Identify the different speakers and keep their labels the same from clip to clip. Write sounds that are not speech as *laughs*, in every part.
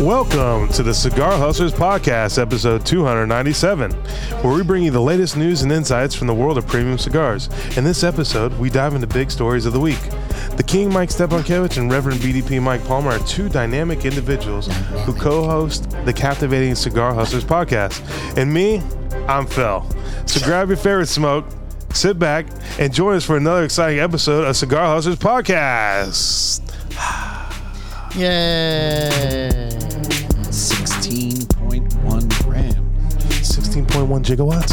Speaker 1: Welcome to the Cigar Hustlers Podcast, episode 297, where we bring you the latest news and insights from the world of premium cigars. In this episode, we dive into big stories of the week. The King Mike Stepankevich and Reverend BDP Mike Palmer are two dynamic individuals who co host the captivating Cigar Hustlers Podcast. And me, I'm Phil. So grab your favorite smoke, sit back, and join us for another exciting episode of Cigar Hustlers Podcast.
Speaker 2: Yay!
Speaker 3: 16.1 grams.
Speaker 1: 16.1 gigawatts.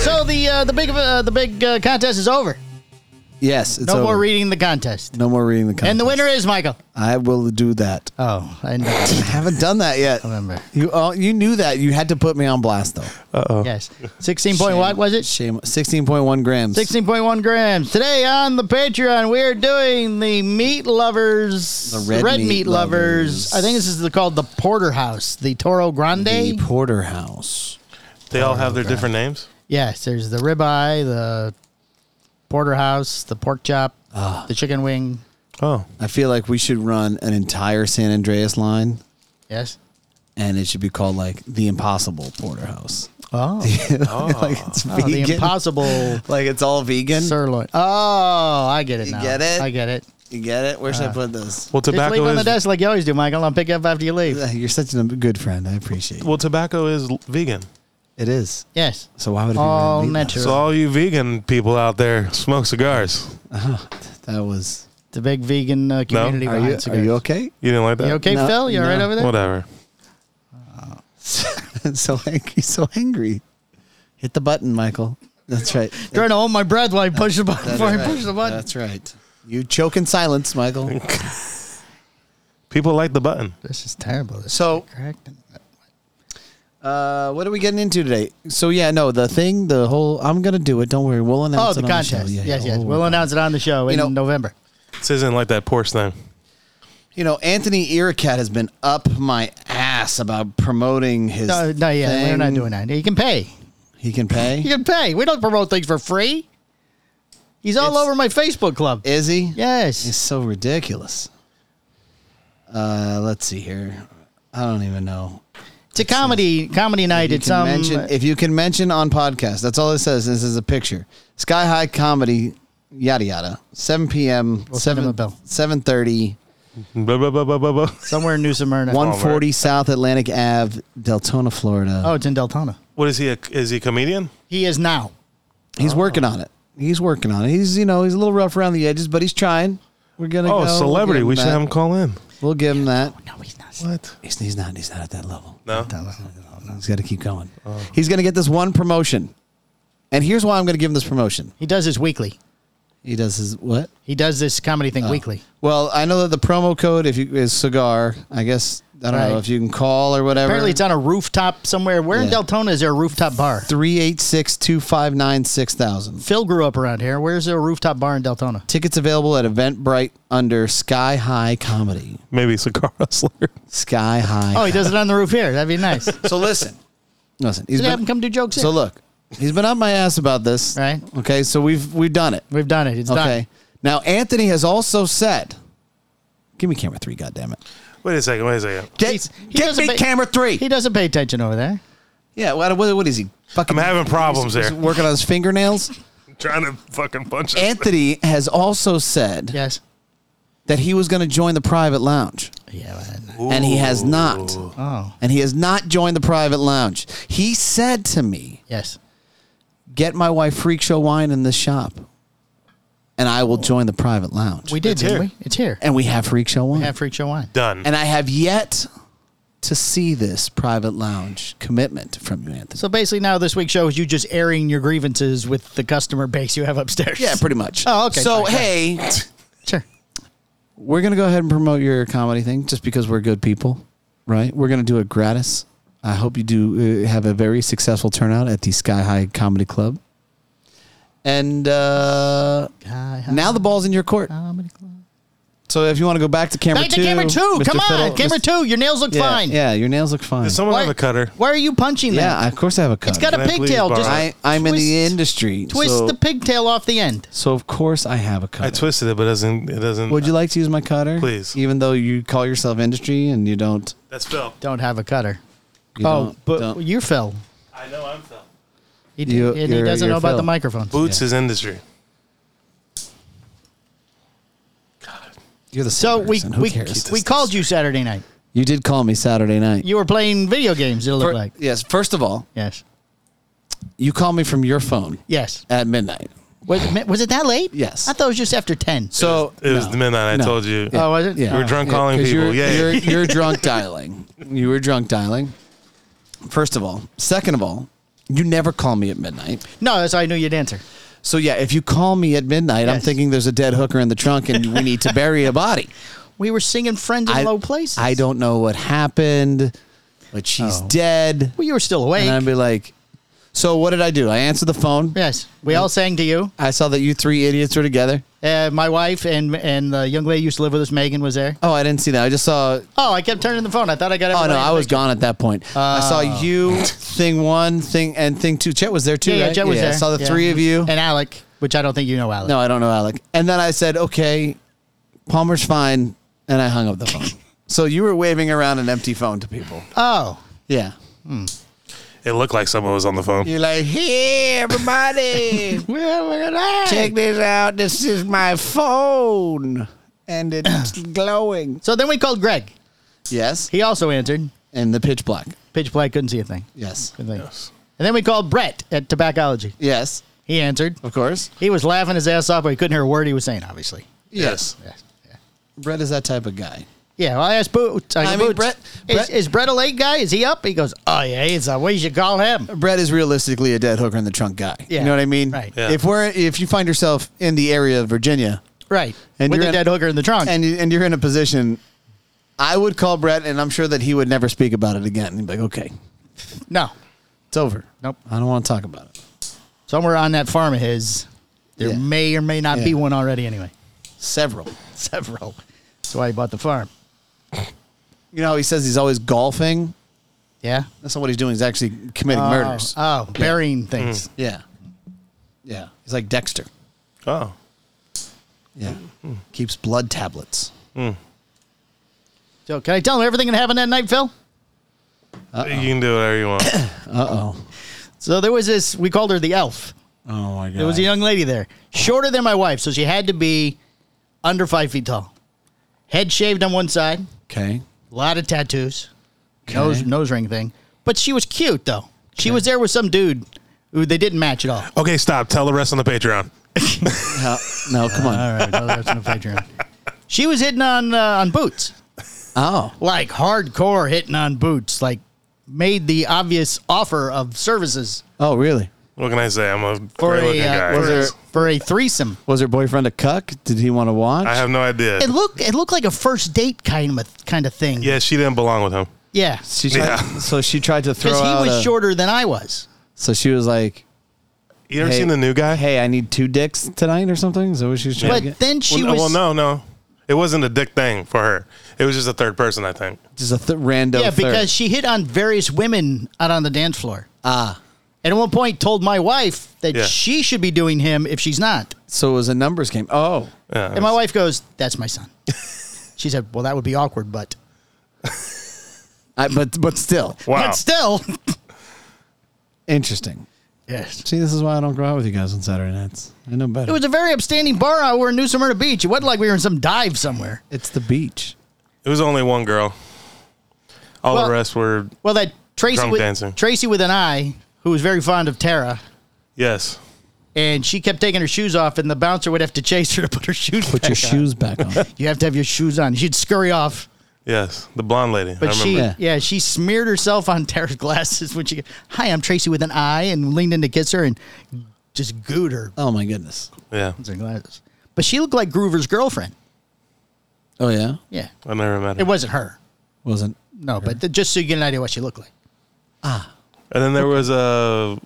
Speaker 2: So the uh, the big uh, the big uh, contest is over.
Speaker 3: Yes, it's
Speaker 2: No more
Speaker 3: over.
Speaker 2: reading the contest,
Speaker 3: No more reading the contest.
Speaker 2: and the winner is Michael.
Speaker 3: I will do that.
Speaker 2: Oh, I *laughs* know.
Speaker 3: I haven't done
Speaker 2: *laughs*
Speaker 3: that yet.
Speaker 2: remember.
Speaker 3: You oh, you knew that. You had to put me on blast though.
Speaker 2: yes, sixteen point what was it?
Speaker 3: Shame. 16.1 grams.
Speaker 2: Sixteen point one grams. Today on the Patreon, we are doing the meat lovers,
Speaker 3: The red meat lovers.
Speaker 2: I think this is the, called the porterhouse, the Toro Grande.
Speaker 3: The porterhouse.
Speaker 1: They all have their different names.
Speaker 2: yes, there's the ribeye, the porterhouse, the pork chop,
Speaker 3: Ah.
Speaker 2: the chicken wing.
Speaker 1: Oh,
Speaker 3: I feel like we should run an entire San Andreas line, *laughs*
Speaker 2: Yes.
Speaker 3: and it should be called like the Impossible Porterhouse.
Speaker 2: Oh,
Speaker 3: *laughs* like it's
Speaker 2: oh the
Speaker 3: vegan.
Speaker 2: impossible.
Speaker 3: like it's all vegan.
Speaker 2: Sirloin. Oh, I get it
Speaker 3: You
Speaker 2: now.
Speaker 3: get it?
Speaker 2: I get it.
Speaker 3: You get it? Where
Speaker 2: Uh,
Speaker 3: should I put this?
Speaker 1: well,
Speaker 2: Just leave
Speaker 1: tobacco
Speaker 2: on the
Speaker 1: is
Speaker 2: desk like you always do, Michael. I'll pick up after you
Speaker 3: *laughs*
Speaker 2: leave.
Speaker 3: You're such a good friend. I appreciate it.
Speaker 1: well, tobacco is l- vegan.
Speaker 3: It is.
Speaker 2: Yes.
Speaker 3: So why would it be
Speaker 2: All
Speaker 3: red meat?
Speaker 2: natural.
Speaker 1: So all you vegan people out there smoke cigars.
Speaker 3: That was.
Speaker 2: The big vegan uh, community.
Speaker 3: Are
Speaker 2: behind
Speaker 3: you, are
Speaker 2: cigars.
Speaker 3: you okay?
Speaker 1: You didn't like that?
Speaker 2: You okay,
Speaker 3: No,
Speaker 2: Phil? You all right
Speaker 3: no.
Speaker 2: over there? *laughs*
Speaker 1: Whatever.
Speaker 3: *laughs* so angry, so angry. Hit the button, Michael. That's right.
Speaker 2: Trying to hold my breath while I push the button
Speaker 3: That's
Speaker 2: before I
Speaker 3: right.
Speaker 2: push the button.
Speaker 3: That's right. You choke in silence, Michael.
Speaker 1: People like the button.
Speaker 2: this is terrible. This
Speaker 3: So-
Speaker 2: is correct.
Speaker 3: Uh, what are we getting into today? So yeah, no, the thing, the whole. I'm gonna do it. Don't worry. We'll
Speaker 2: Oh,
Speaker 3: announce
Speaker 2: the
Speaker 3: it on
Speaker 2: contest.
Speaker 3: the show. Yeah,
Speaker 2: yes,
Speaker 3: yeah.
Speaker 2: yes.
Speaker 3: Oh,
Speaker 2: We'll announce it on the show in
Speaker 3: know-
Speaker 2: November.
Speaker 1: This isn't like that Porsche thing.
Speaker 3: you know, Anthony Iracat has been up my ass about promoting his.
Speaker 2: No, no, yeah, we're not
Speaker 3: thing.
Speaker 2: doing that. You can pay.
Speaker 3: He can pay.
Speaker 2: You can pay. We don't promote things for free. He's all
Speaker 3: It's-
Speaker 2: over my Facebook club.
Speaker 3: Is he?
Speaker 2: yes.
Speaker 3: It's so ridiculous. Uh, let's see here. I don't even know.
Speaker 2: It's a comedy comedy night.
Speaker 3: you
Speaker 2: It's
Speaker 3: can
Speaker 2: um,
Speaker 3: mention- if you can mention on podcast, that's all it says. This is a picture. Sky High Comedy, yada yada. Seven p.m.
Speaker 2: We'll send him a
Speaker 3: seven
Speaker 2: bill.
Speaker 3: seven thirty.
Speaker 1: Blah, blah, blah, blah, blah, blah.
Speaker 2: somewhere in New Smyrna.
Speaker 3: One forty South Atlantic Ave, Deltona, Florida.
Speaker 2: Oh, it's in Deltona.
Speaker 1: What is he? A, is he a comedian?
Speaker 2: He is now.
Speaker 3: he's working on it. He's working on it. He's you know he's a little rough around the edges, but he's trying. We're gonna.
Speaker 1: Oh,
Speaker 3: go. We'll
Speaker 1: celebrity.
Speaker 3: give
Speaker 1: We should
Speaker 3: that.
Speaker 1: have him call in.
Speaker 3: We'll give him that.
Speaker 2: No, he's not.
Speaker 1: What?
Speaker 3: He's, he's not. He's not at that level.
Speaker 1: No.
Speaker 3: He's got to keep going. He's gonna get this one promotion, and here's why I'm gonna give him this promotion.
Speaker 2: He does this weekly.
Speaker 3: He does his what?
Speaker 2: He does this comedy
Speaker 3: Oh.
Speaker 2: thing weekly.
Speaker 3: Well, I know that the promo code if you is cigar. I guess I don't
Speaker 2: Right.
Speaker 3: know if you can call or whatever.
Speaker 2: Apparently, it's on a rooftop somewhere. Where in
Speaker 3: Yeah.
Speaker 2: Deltona is there a rooftop bar?
Speaker 3: three eight six two five nine six thousand.
Speaker 2: Phil grew up around here. Where's there a rooftop bar in Deltona?
Speaker 3: Tickets available at Eventbrite under Sky High Comedy.
Speaker 1: Maybe cigar hustler. *laughs*
Speaker 3: Sky High.
Speaker 2: Oh, he does it on the roof here. That'd be nice. Just
Speaker 3: *laughs* so listen, listen. He's
Speaker 2: have him
Speaker 3: been,
Speaker 2: come do jokes.
Speaker 3: so
Speaker 2: here.
Speaker 3: look, he's been up my ass about this.
Speaker 2: Right.
Speaker 3: Okay. So we've we've done it.
Speaker 2: We've done it. It's
Speaker 3: okay. Now Anthony has also said, "Give me camera three, goddammit. it!
Speaker 1: Wait a second. Wait a second.
Speaker 3: Get,
Speaker 2: He's- he
Speaker 3: get
Speaker 2: doesn't
Speaker 3: me
Speaker 2: pay-
Speaker 3: camera three.
Speaker 2: done. He doesn't pay attention over there.
Speaker 3: yeah. What, what, what is he? Fucking
Speaker 1: I'm having problems
Speaker 3: he's
Speaker 1: here.
Speaker 3: working on
Speaker 2: *laughs*
Speaker 3: his fingernails.
Speaker 1: Trying to fucking punch him.
Speaker 3: Anthony has also said
Speaker 2: Yes.
Speaker 3: that he was going to join the private lounge,
Speaker 2: Yeah. well,
Speaker 3: and he has not.
Speaker 2: Oh.
Speaker 3: And he has not joined the private lounge. He said to me,
Speaker 2: Yes.
Speaker 3: "Get my wife freak show wine in this shop, and I will join the private lounge."
Speaker 2: We did,
Speaker 1: It's
Speaker 2: didn't
Speaker 1: here.
Speaker 2: we? It's here.
Speaker 3: and we have freak show wine.
Speaker 2: Have Freak Show Wine.
Speaker 1: *laughs* Done.
Speaker 3: and I have yet to see this private lounge commitment from you, Anthony.
Speaker 2: So basically, now this week's show is you just airing your grievances with the customer base you have upstairs. *laughs*
Speaker 3: yeah, pretty much.
Speaker 2: Oh, okay,
Speaker 3: So
Speaker 2: fine, fine.
Speaker 3: hey,
Speaker 2: sure.
Speaker 3: we're gonna go ahead and promote your comedy thing just because we're good people, right? We're gonna do it gratis. I hope you do uh, have a very successful turnout at the Sky High Comedy Club. And uh,
Speaker 2: Hi, hi.
Speaker 3: now the ball's in your court.
Speaker 2: Comedy Club.
Speaker 3: So if you want to go back to camera
Speaker 2: Back
Speaker 3: two,
Speaker 2: to camera two.
Speaker 3: Mr.
Speaker 2: Come on,
Speaker 3: Fiddle-
Speaker 2: camera
Speaker 3: Mr.
Speaker 2: two. Your nails look
Speaker 3: Yeah,
Speaker 2: fine.
Speaker 3: Yeah, your nails look fine.
Speaker 1: Does someone
Speaker 2: Why-
Speaker 1: have a cutter?
Speaker 2: Why are you punching that?
Speaker 3: yeah, of course I have a cut.
Speaker 2: It's got
Speaker 1: Can
Speaker 2: a
Speaker 1: I please
Speaker 2: pigtail.
Speaker 1: borrow
Speaker 2: Just
Speaker 1: it?
Speaker 3: I, I'm in
Speaker 2: twist-
Speaker 3: the industry.
Speaker 2: Twist
Speaker 3: so,
Speaker 2: the pigtail off the end.
Speaker 3: so of course I have a
Speaker 1: I
Speaker 3: cutter.
Speaker 1: twisted it, but it doesn't. It doesn't.
Speaker 3: Would you like to use my cutter?
Speaker 1: Please.
Speaker 3: Even though you call yourself industry and you don't.
Speaker 1: That's Phil.
Speaker 2: Don't have a cutter.
Speaker 3: You
Speaker 2: oh,
Speaker 3: don't-
Speaker 2: but
Speaker 3: don't.
Speaker 2: you fell.
Speaker 1: I know I'm Phil.
Speaker 2: He,
Speaker 3: You-
Speaker 2: and he
Speaker 3: you're-
Speaker 2: doesn't
Speaker 3: you're
Speaker 2: know about
Speaker 3: Phil.
Speaker 2: the microphones.
Speaker 1: Boots is industry.
Speaker 3: You're the
Speaker 2: So
Speaker 3: same
Speaker 2: we
Speaker 3: person. Who
Speaker 2: we,
Speaker 3: cares?
Speaker 2: we called you Saturday night.
Speaker 3: You did call me Saturday night.
Speaker 2: You were playing video games. It looked
Speaker 3: Fir-
Speaker 2: like
Speaker 3: yes. First of all,
Speaker 2: yes,
Speaker 3: you called me from your phone
Speaker 2: yes.
Speaker 3: at midnight.
Speaker 2: Was, ma- was it that late?
Speaker 3: Yes.
Speaker 2: I thought it was just after ten.
Speaker 3: So
Speaker 1: It was
Speaker 3: no.
Speaker 1: the midnight. I
Speaker 3: No.
Speaker 1: told you.
Speaker 2: Oh, was it?
Speaker 1: You were drunk calling
Speaker 3: 'cause
Speaker 1: people.
Speaker 3: You're,
Speaker 1: Yay.
Speaker 3: you're,
Speaker 1: *laughs*
Speaker 3: you're drunk dialing. You were drunk dialing. First of all, second of all, you never call me at midnight.
Speaker 2: No, that's how I knew you'd answer.
Speaker 3: So yeah, if you call me at midnight, I'm
Speaker 2: Yes.
Speaker 3: thinking there's a dead hooker in the trunk and we need to bury a body.
Speaker 2: We were singing "Friends in
Speaker 3: I,
Speaker 2: Low Places."
Speaker 3: I don't know what happened, but she's
Speaker 2: Oh.
Speaker 3: dead.
Speaker 2: Well, you were still awake.
Speaker 3: And I'd be like, so what did I do? I answered the phone.
Speaker 2: yes, we all sang to you.
Speaker 3: I saw that you three idiots were together.
Speaker 2: Uh, my wife and and the young lady who used to live with us, Megan, was there.
Speaker 3: Oh, I didn't see that. I just saw
Speaker 2: Oh, I kept turning the phone. I thought I got.
Speaker 3: Oh no,
Speaker 2: everybody.
Speaker 3: I was gone at that point. I saw you, thing one, thing and thing two. Chet was there too.
Speaker 2: Oh. Yeah, yeah,
Speaker 3: right?
Speaker 2: Joe was there.
Speaker 3: I saw the
Speaker 2: Yeah.
Speaker 3: three of you.
Speaker 2: and Alec, which I don't think you know, Alec.
Speaker 3: no, I don't know Alec. And then I said, okay, Palmer's fine, and I hung up the phone. so you were waving around an empty phone to people.
Speaker 2: Oh,
Speaker 3: Yeah,
Speaker 1: It looked like someone was on the phone.
Speaker 3: you're like,
Speaker 2: *laughs*
Speaker 3: hey everybody,
Speaker 2: well, look at that.
Speaker 3: check this out. This is my phone, and *clears throat* it's glowing.
Speaker 2: So then we called Greg.
Speaker 3: Yes,
Speaker 2: He also answered.
Speaker 3: and the pitch black.
Speaker 2: Pitch black, couldn't see a thing.
Speaker 3: Yes,
Speaker 2: Couldn't think. And then we called Brett at Tobaccology.
Speaker 3: yes,
Speaker 2: He answered.
Speaker 3: of course.
Speaker 2: He was laughing his ass off, but he couldn't hear a word he was saying, obviously.
Speaker 3: Yes,
Speaker 2: Yes. Yeah.
Speaker 3: Brett is that type of guy.
Speaker 2: Yeah, well, I asked Boots. I,
Speaker 3: I
Speaker 2: said,
Speaker 3: mean,
Speaker 2: Boots,
Speaker 3: Brett-
Speaker 2: is,
Speaker 3: Brett-
Speaker 2: is Brett a late guy? Is he up? He goes, oh, yeah, he's up. We should call him.
Speaker 3: Brett is realistically a dead hooker in the trunk guy.
Speaker 2: Yeah.
Speaker 3: You know what I mean?
Speaker 2: Right.
Speaker 1: Yeah.
Speaker 3: If we're if you find yourself in the area of Virginia
Speaker 2: Right.
Speaker 3: And
Speaker 2: With
Speaker 3: you're
Speaker 2: a
Speaker 3: in-
Speaker 2: dead hooker in the trunk.
Speaker 3: and you, and you're in a position, I would call Brett, and I'm sure that he would never speak about it again. He'd be like, "Okay,
Speaker 2: no.
Speaker 3: it's over.
Speaker 2: Nope.
Speaker 3: I don't want to talk about it."
Speaker 2: Somewhere on that farm of his, there
Speaker 3: Yeah.
Speaker 2: may or may not be
Speaker 3: Yeah.
Speaker 2: one already anyway. *laughs*
Speaker 3: Several.
Speaker 2: Several. That's why he bought the farm.
Speaker 3: You know how he says he's always golfing.
Speaker 2: Yeah.
Speaker 3: That's not what he's doing. He's actually committing murders.
Speaker 2: Oh, oh, burying things.
Speaker 3: yeah, yeah. He's like Dexter.
Speaker 1: Oh,
Speaker 3: Yeah, keeps blood tablets.
Speaker 2: So can I tell him everything that happened that night, Phil?
Speaker 1: you can do whatever you want.
Speaker 3: Uh oh.
Speaker 2: So there was this. We called her the elf.
Speaker 3: Oh my god.
Speaker 2: There was a young lady there, shorter than my wife, so she had to be under five feet tall. Head shaved on one side,
Speaker 3: okay.
Speaker 2: a lot of tattoos, nose nose ring thing. But she was cute though. She was there with some dude who they didn't match at all.
Speaker 1: Okay, stop. Tell the rest on the Patreon.
Speaker 3: No, no, come on.
Speaker 2: All right, that's in the Patreon. She was hitting on uh, on boots,
Speaker 3: Oh.
Speaker 2: like hardcore hitting on boots, like made the obvious offer of services
Speaker 3: Oh, really?
Speaker 1: What can I say? I'm a
Speaker 2: for
Speaker 1: great looking
Speaker 2: a
Speaker 1: guy.
Speaker 2: uh, for, a, for a threesome.
Speaker 3: Was her boyfriend a cuck? Did he want to watch?
Speaker 1: I have no idea.
Speaker 2: It looked it looked like a first date kind of a- kind of thing.
Speaker 1: Yeah, she didn't belong with him.
Speaker 2: yeah,
Speaker 3: she tried,
Speaker 1: Yeah.
Speaker 3: So she tried to throw
Speaker 2: because
Speaker 3: out.
Speaker 2: he was
Speaker 3: a-
Speaker 2: shorter than I was.
Speaker 3: So she was like,
Speaker 1: You ever
Speaker 3: Hey.
Speaker 1: seen the new guy?
Speaker 3: "Hey, I need two dicks tonight or something." Is that what she was trying
Speaker 2: But
Speaker 3: to get?
Speaker 2: then she
Speaker 1: well,
Speaker 2: was
Speaker 1: well, no, no. It wasn't a dick thing for her. It was just a third person, I think.
Speaker 3: Just a th- random.
Speaker 2: yeah,
Speaker 3: third.
Speaker 2: because she hit on various women out on the dance floor. Ah, and at one point told my wife that
Speaker 1: Yeah.
Speaker 2: she should be doing him if she's not.
Speaker 3: so it was a numbers game. Oh,
Speaker 1: Yeah,
Speaker 2: And my wife goes, "That's my son." *laughs* she said, "Well, that would be awkward, but
Speaker 3: I, but but still
Speaker 1: wow.
Speaker 2: but still." *laughs*
Speaker 3: interesting.
Speaker 2: yes.
Speaker 3: See, this is why I don't go out with you guys on Saturday nights. I know better.
Speaker 2: It was a very upstanding bar hour in New Smyrna Beach. It wasn't like we were in some dive somewhere.
Speaker 3: it's the beach.
Speaker 1: It was only one girl. All
Speaker 2: Well-
Speaker 1: the rest were
Speaker 2: Well, that Tracy
Speaker 1: Drunk
Speaker 2: with
Speaker 1: dancing.
Speaker 2: Tracy with an eye, who was very fond of Tara,
Speaker 1: yes.
Speaker 2: and she kept taking her shoes off, and the bouncer would have to chase her to put her shoes.
Speaker 3: Put
Speaker 2: back
Speaker 3: your
Speaker 2: on.
Speaker 3: shoes back on.
Speaker 2: You have to have your shoes on. She'd scurry off,
Speaker 1: Yes. The blonde lady. I
Speaker 2: but she,
Speaker 1: remember.
Speaker 2: yeah.
Speaker 3: Yeah.
Speaker 2: she smeared herself on Tara's glasses when she. Hi, I'm Tracy with an eye, and leaned in to kiss her and just gooed her
Speaker 3: *laughs* Oh my goodness.
Speaker 1: Yeah.
Speaker 2: her glasses. But she looked like Groover's girlfriend.
Speaker 3: Oh yeah,
Speaker 2: Yeah,
Speaker 1: I never met her.
Speaker 2: it wasn't her.
Speaker 3: wasn't.
Speaker 2: No, but th- just so you get an idea what she looked like.
Speaker 1: and then there was a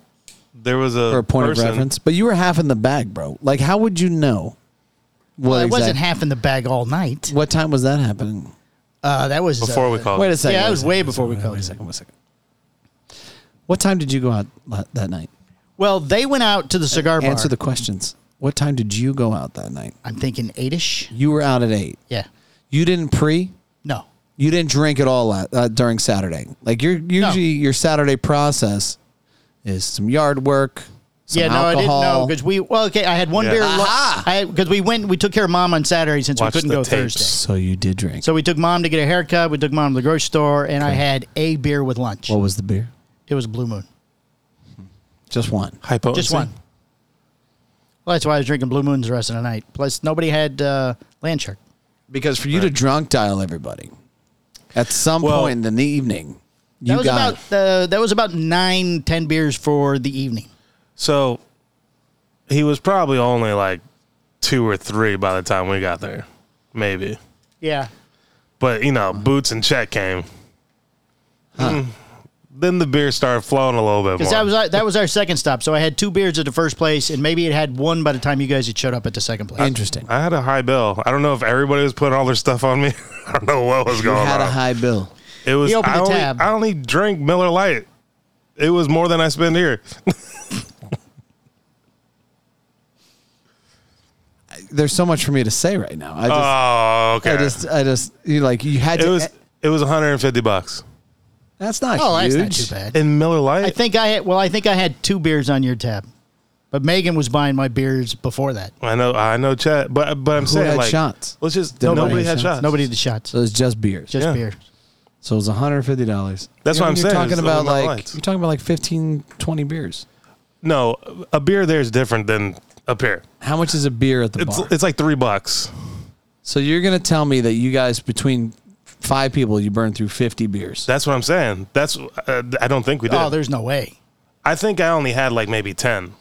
Speaker 1: there was a
Speaker 3: Or a point
Speaker 1: person-
Speaker 3: of reference, but you were half in the bag, bro. Like, how would you know? What
Speaker 2: Well, it wasn't
Speaker 3: exact-
Speaker 2: half in the bag all night.
Speaker 3: What time was that happening?
Speaker 2: Uh, that was
Speaker 1: Before
Speaker 2: uh,
Speaker 1: we called
Speaker 3: Wait a
Speaker 1: it.
Speaker 3: second.
Speaker 2: Yeah, that
Speaker 3: wait a
Speaker 2: was
Speaker 3: second,
Speaker 2: way
Speaker 3: wait a
Speaker 2: before
Speaker 3: second,
Speaker 2: we
Speaker 3: wait
Speaker 2: called
Speaker 3: a
Speaker 2: it.
Speaker 3: second. Wait a second. What time did you go out la- that night?
Speaker 2: Well, they went out to the cigar bar.
Speaker 3: Answer the questions. What time did you go out that night?
Speaker 2: I'm thinking eight-ish.
Speaker 3: You were out at eight.
Speaker 2: Yeah.
Speaker 3: You didn't pre.
Speaker 2: No.
Speaker 3: You didn't drink at all at, uh, during Saturday. Like your usually your Saturday process is some yard work, some
Speaker 2: yeah, no,
Speaker 3: alcohol.
Speaker 2: I didn't know because we. Well, okay, I had one
Speaker 1: Yeah.
Speaker 2: beer.
Speaker 3: Aha!
Speaker 2: Because we went, we took care of mom on Saturday since
Speaker 1: Watch
Speaker 2: we couldn't
Speaker 1: the
Speaker 2: go
Speaker 1: tapes.
Speaker 2: Thursday.
Speaker 3: so you did drink.
Speaker 2: So we took mom to get a haircut. We took mom to the grocery store, and I had a beer with lunch.
Speaker 3: what was the beer?
Speaker 2: it was Blue Moon.
Speaker 3: Just one.
Speaker 1: High potency.
Speaker 2: Just one. Well, that's why I was drinking Blue Moons the rest of the night. Plus, nobody had uh, Land Shark.
Speaker 3: Because for you to drunk dial everybody at some
Speaker 1: Well-
Speaker 3: point in the evening, you
Speaker 2: That was
Speaker 3: got
Speaker 2: about uh, that was about nine, ten beers for the evening.
Speaker 1: So he was probably only like two or three by the time we got there, maybe.
Speaker 2: Yeah,
Speaker 1: But you
Speaker 2: Mm.
Speaker 1: know, boots and check came. Mm. Then the beer started flowing a little bit
Speaker 2: because
Speaker 1: more.
Speaker 2: that was our- that was our second stop. So I had two beers at the first place, and maybe it had one by the time you guys had showed up at the second place.
Speaker 3: interesting.
Speaker 1: I had a high bill. I don't know if everybody was putting all their stuff on me. *laughs* I don't know what was
Speaker 3: You
Speaker 1: going
Speaker 3: had
Speaker 1: on.
Speaker 3: a high bill.
Speaker 1: it was
Speaker 2: He opened
Speaker 1: I,
Speaker 2: the
Speaker 1: only,
Speaker 2: tab.
Speaker 1: I only drink Miller Lite. It was more than I spend here.
Speaker 3: There's so much for me to say right now. I just,
Speaker 1: oh, okay.
Speaker 3: I just, I just, you like, you had
Speaker 1: it
Speaker 3: to. e-,
Speaker 1: was it was 150 bucks.
Speaker 3: that's not
Speaker 2: oh,
Speaker 3: huge.
Speaker 2: that's not too bad.
Speaker 1: And Miller Lite.
Speaker 2: I think I had well, I think I had two beers on your tab, but Megan was buying my beers before that.
Speaker 1: I know, I know, Chad, but but I'm
Speaker 3: Who
Speaker 1: saying
Speaker 3: had
Speaker 1: like
Speaker 3: shots?
Speaker 1: Let's just
Speaker 3: Did
Speaker 1: nobody
Speaker 3: nobody
Speaker 1: had
Speaker 3: have
Speaker 1: shots.
Speaker 3: shots?
Speaker 2: Nobody did shots,
Speaker 3: So it's just beers.
Speaker 2: just
Speaker 1: yeah.
Speaker 2: beers.
Speaker 3: So it was 150 dollars.
Speaker 1: That's what I'm
Speaker 3: you're
Speaker 1: saying,
Speaker 3: Talking
Speaker 1: is
Speaker 3: about
Speaker 1: the amount of
Speaker 3: like
Speaker 1: lights.
Speaker 3: you're talking about like 15, 20 beers.
Speaker 1: No, a beer there is different than up here.
Speaker 3: How much is a beer at the
Speaker 1: It's
Speaker 3: bar?
Speaker 1: it's like three bucks.
Speaker 3: so you're gonna tell me that you guys between five people you burn through 50 beers?
Speaker 1: That's what I'm saying. That's uh, I don't think we did.
Speaker 2: Oh, there's no way.
Speaker 1: I think I only had like maybe ten,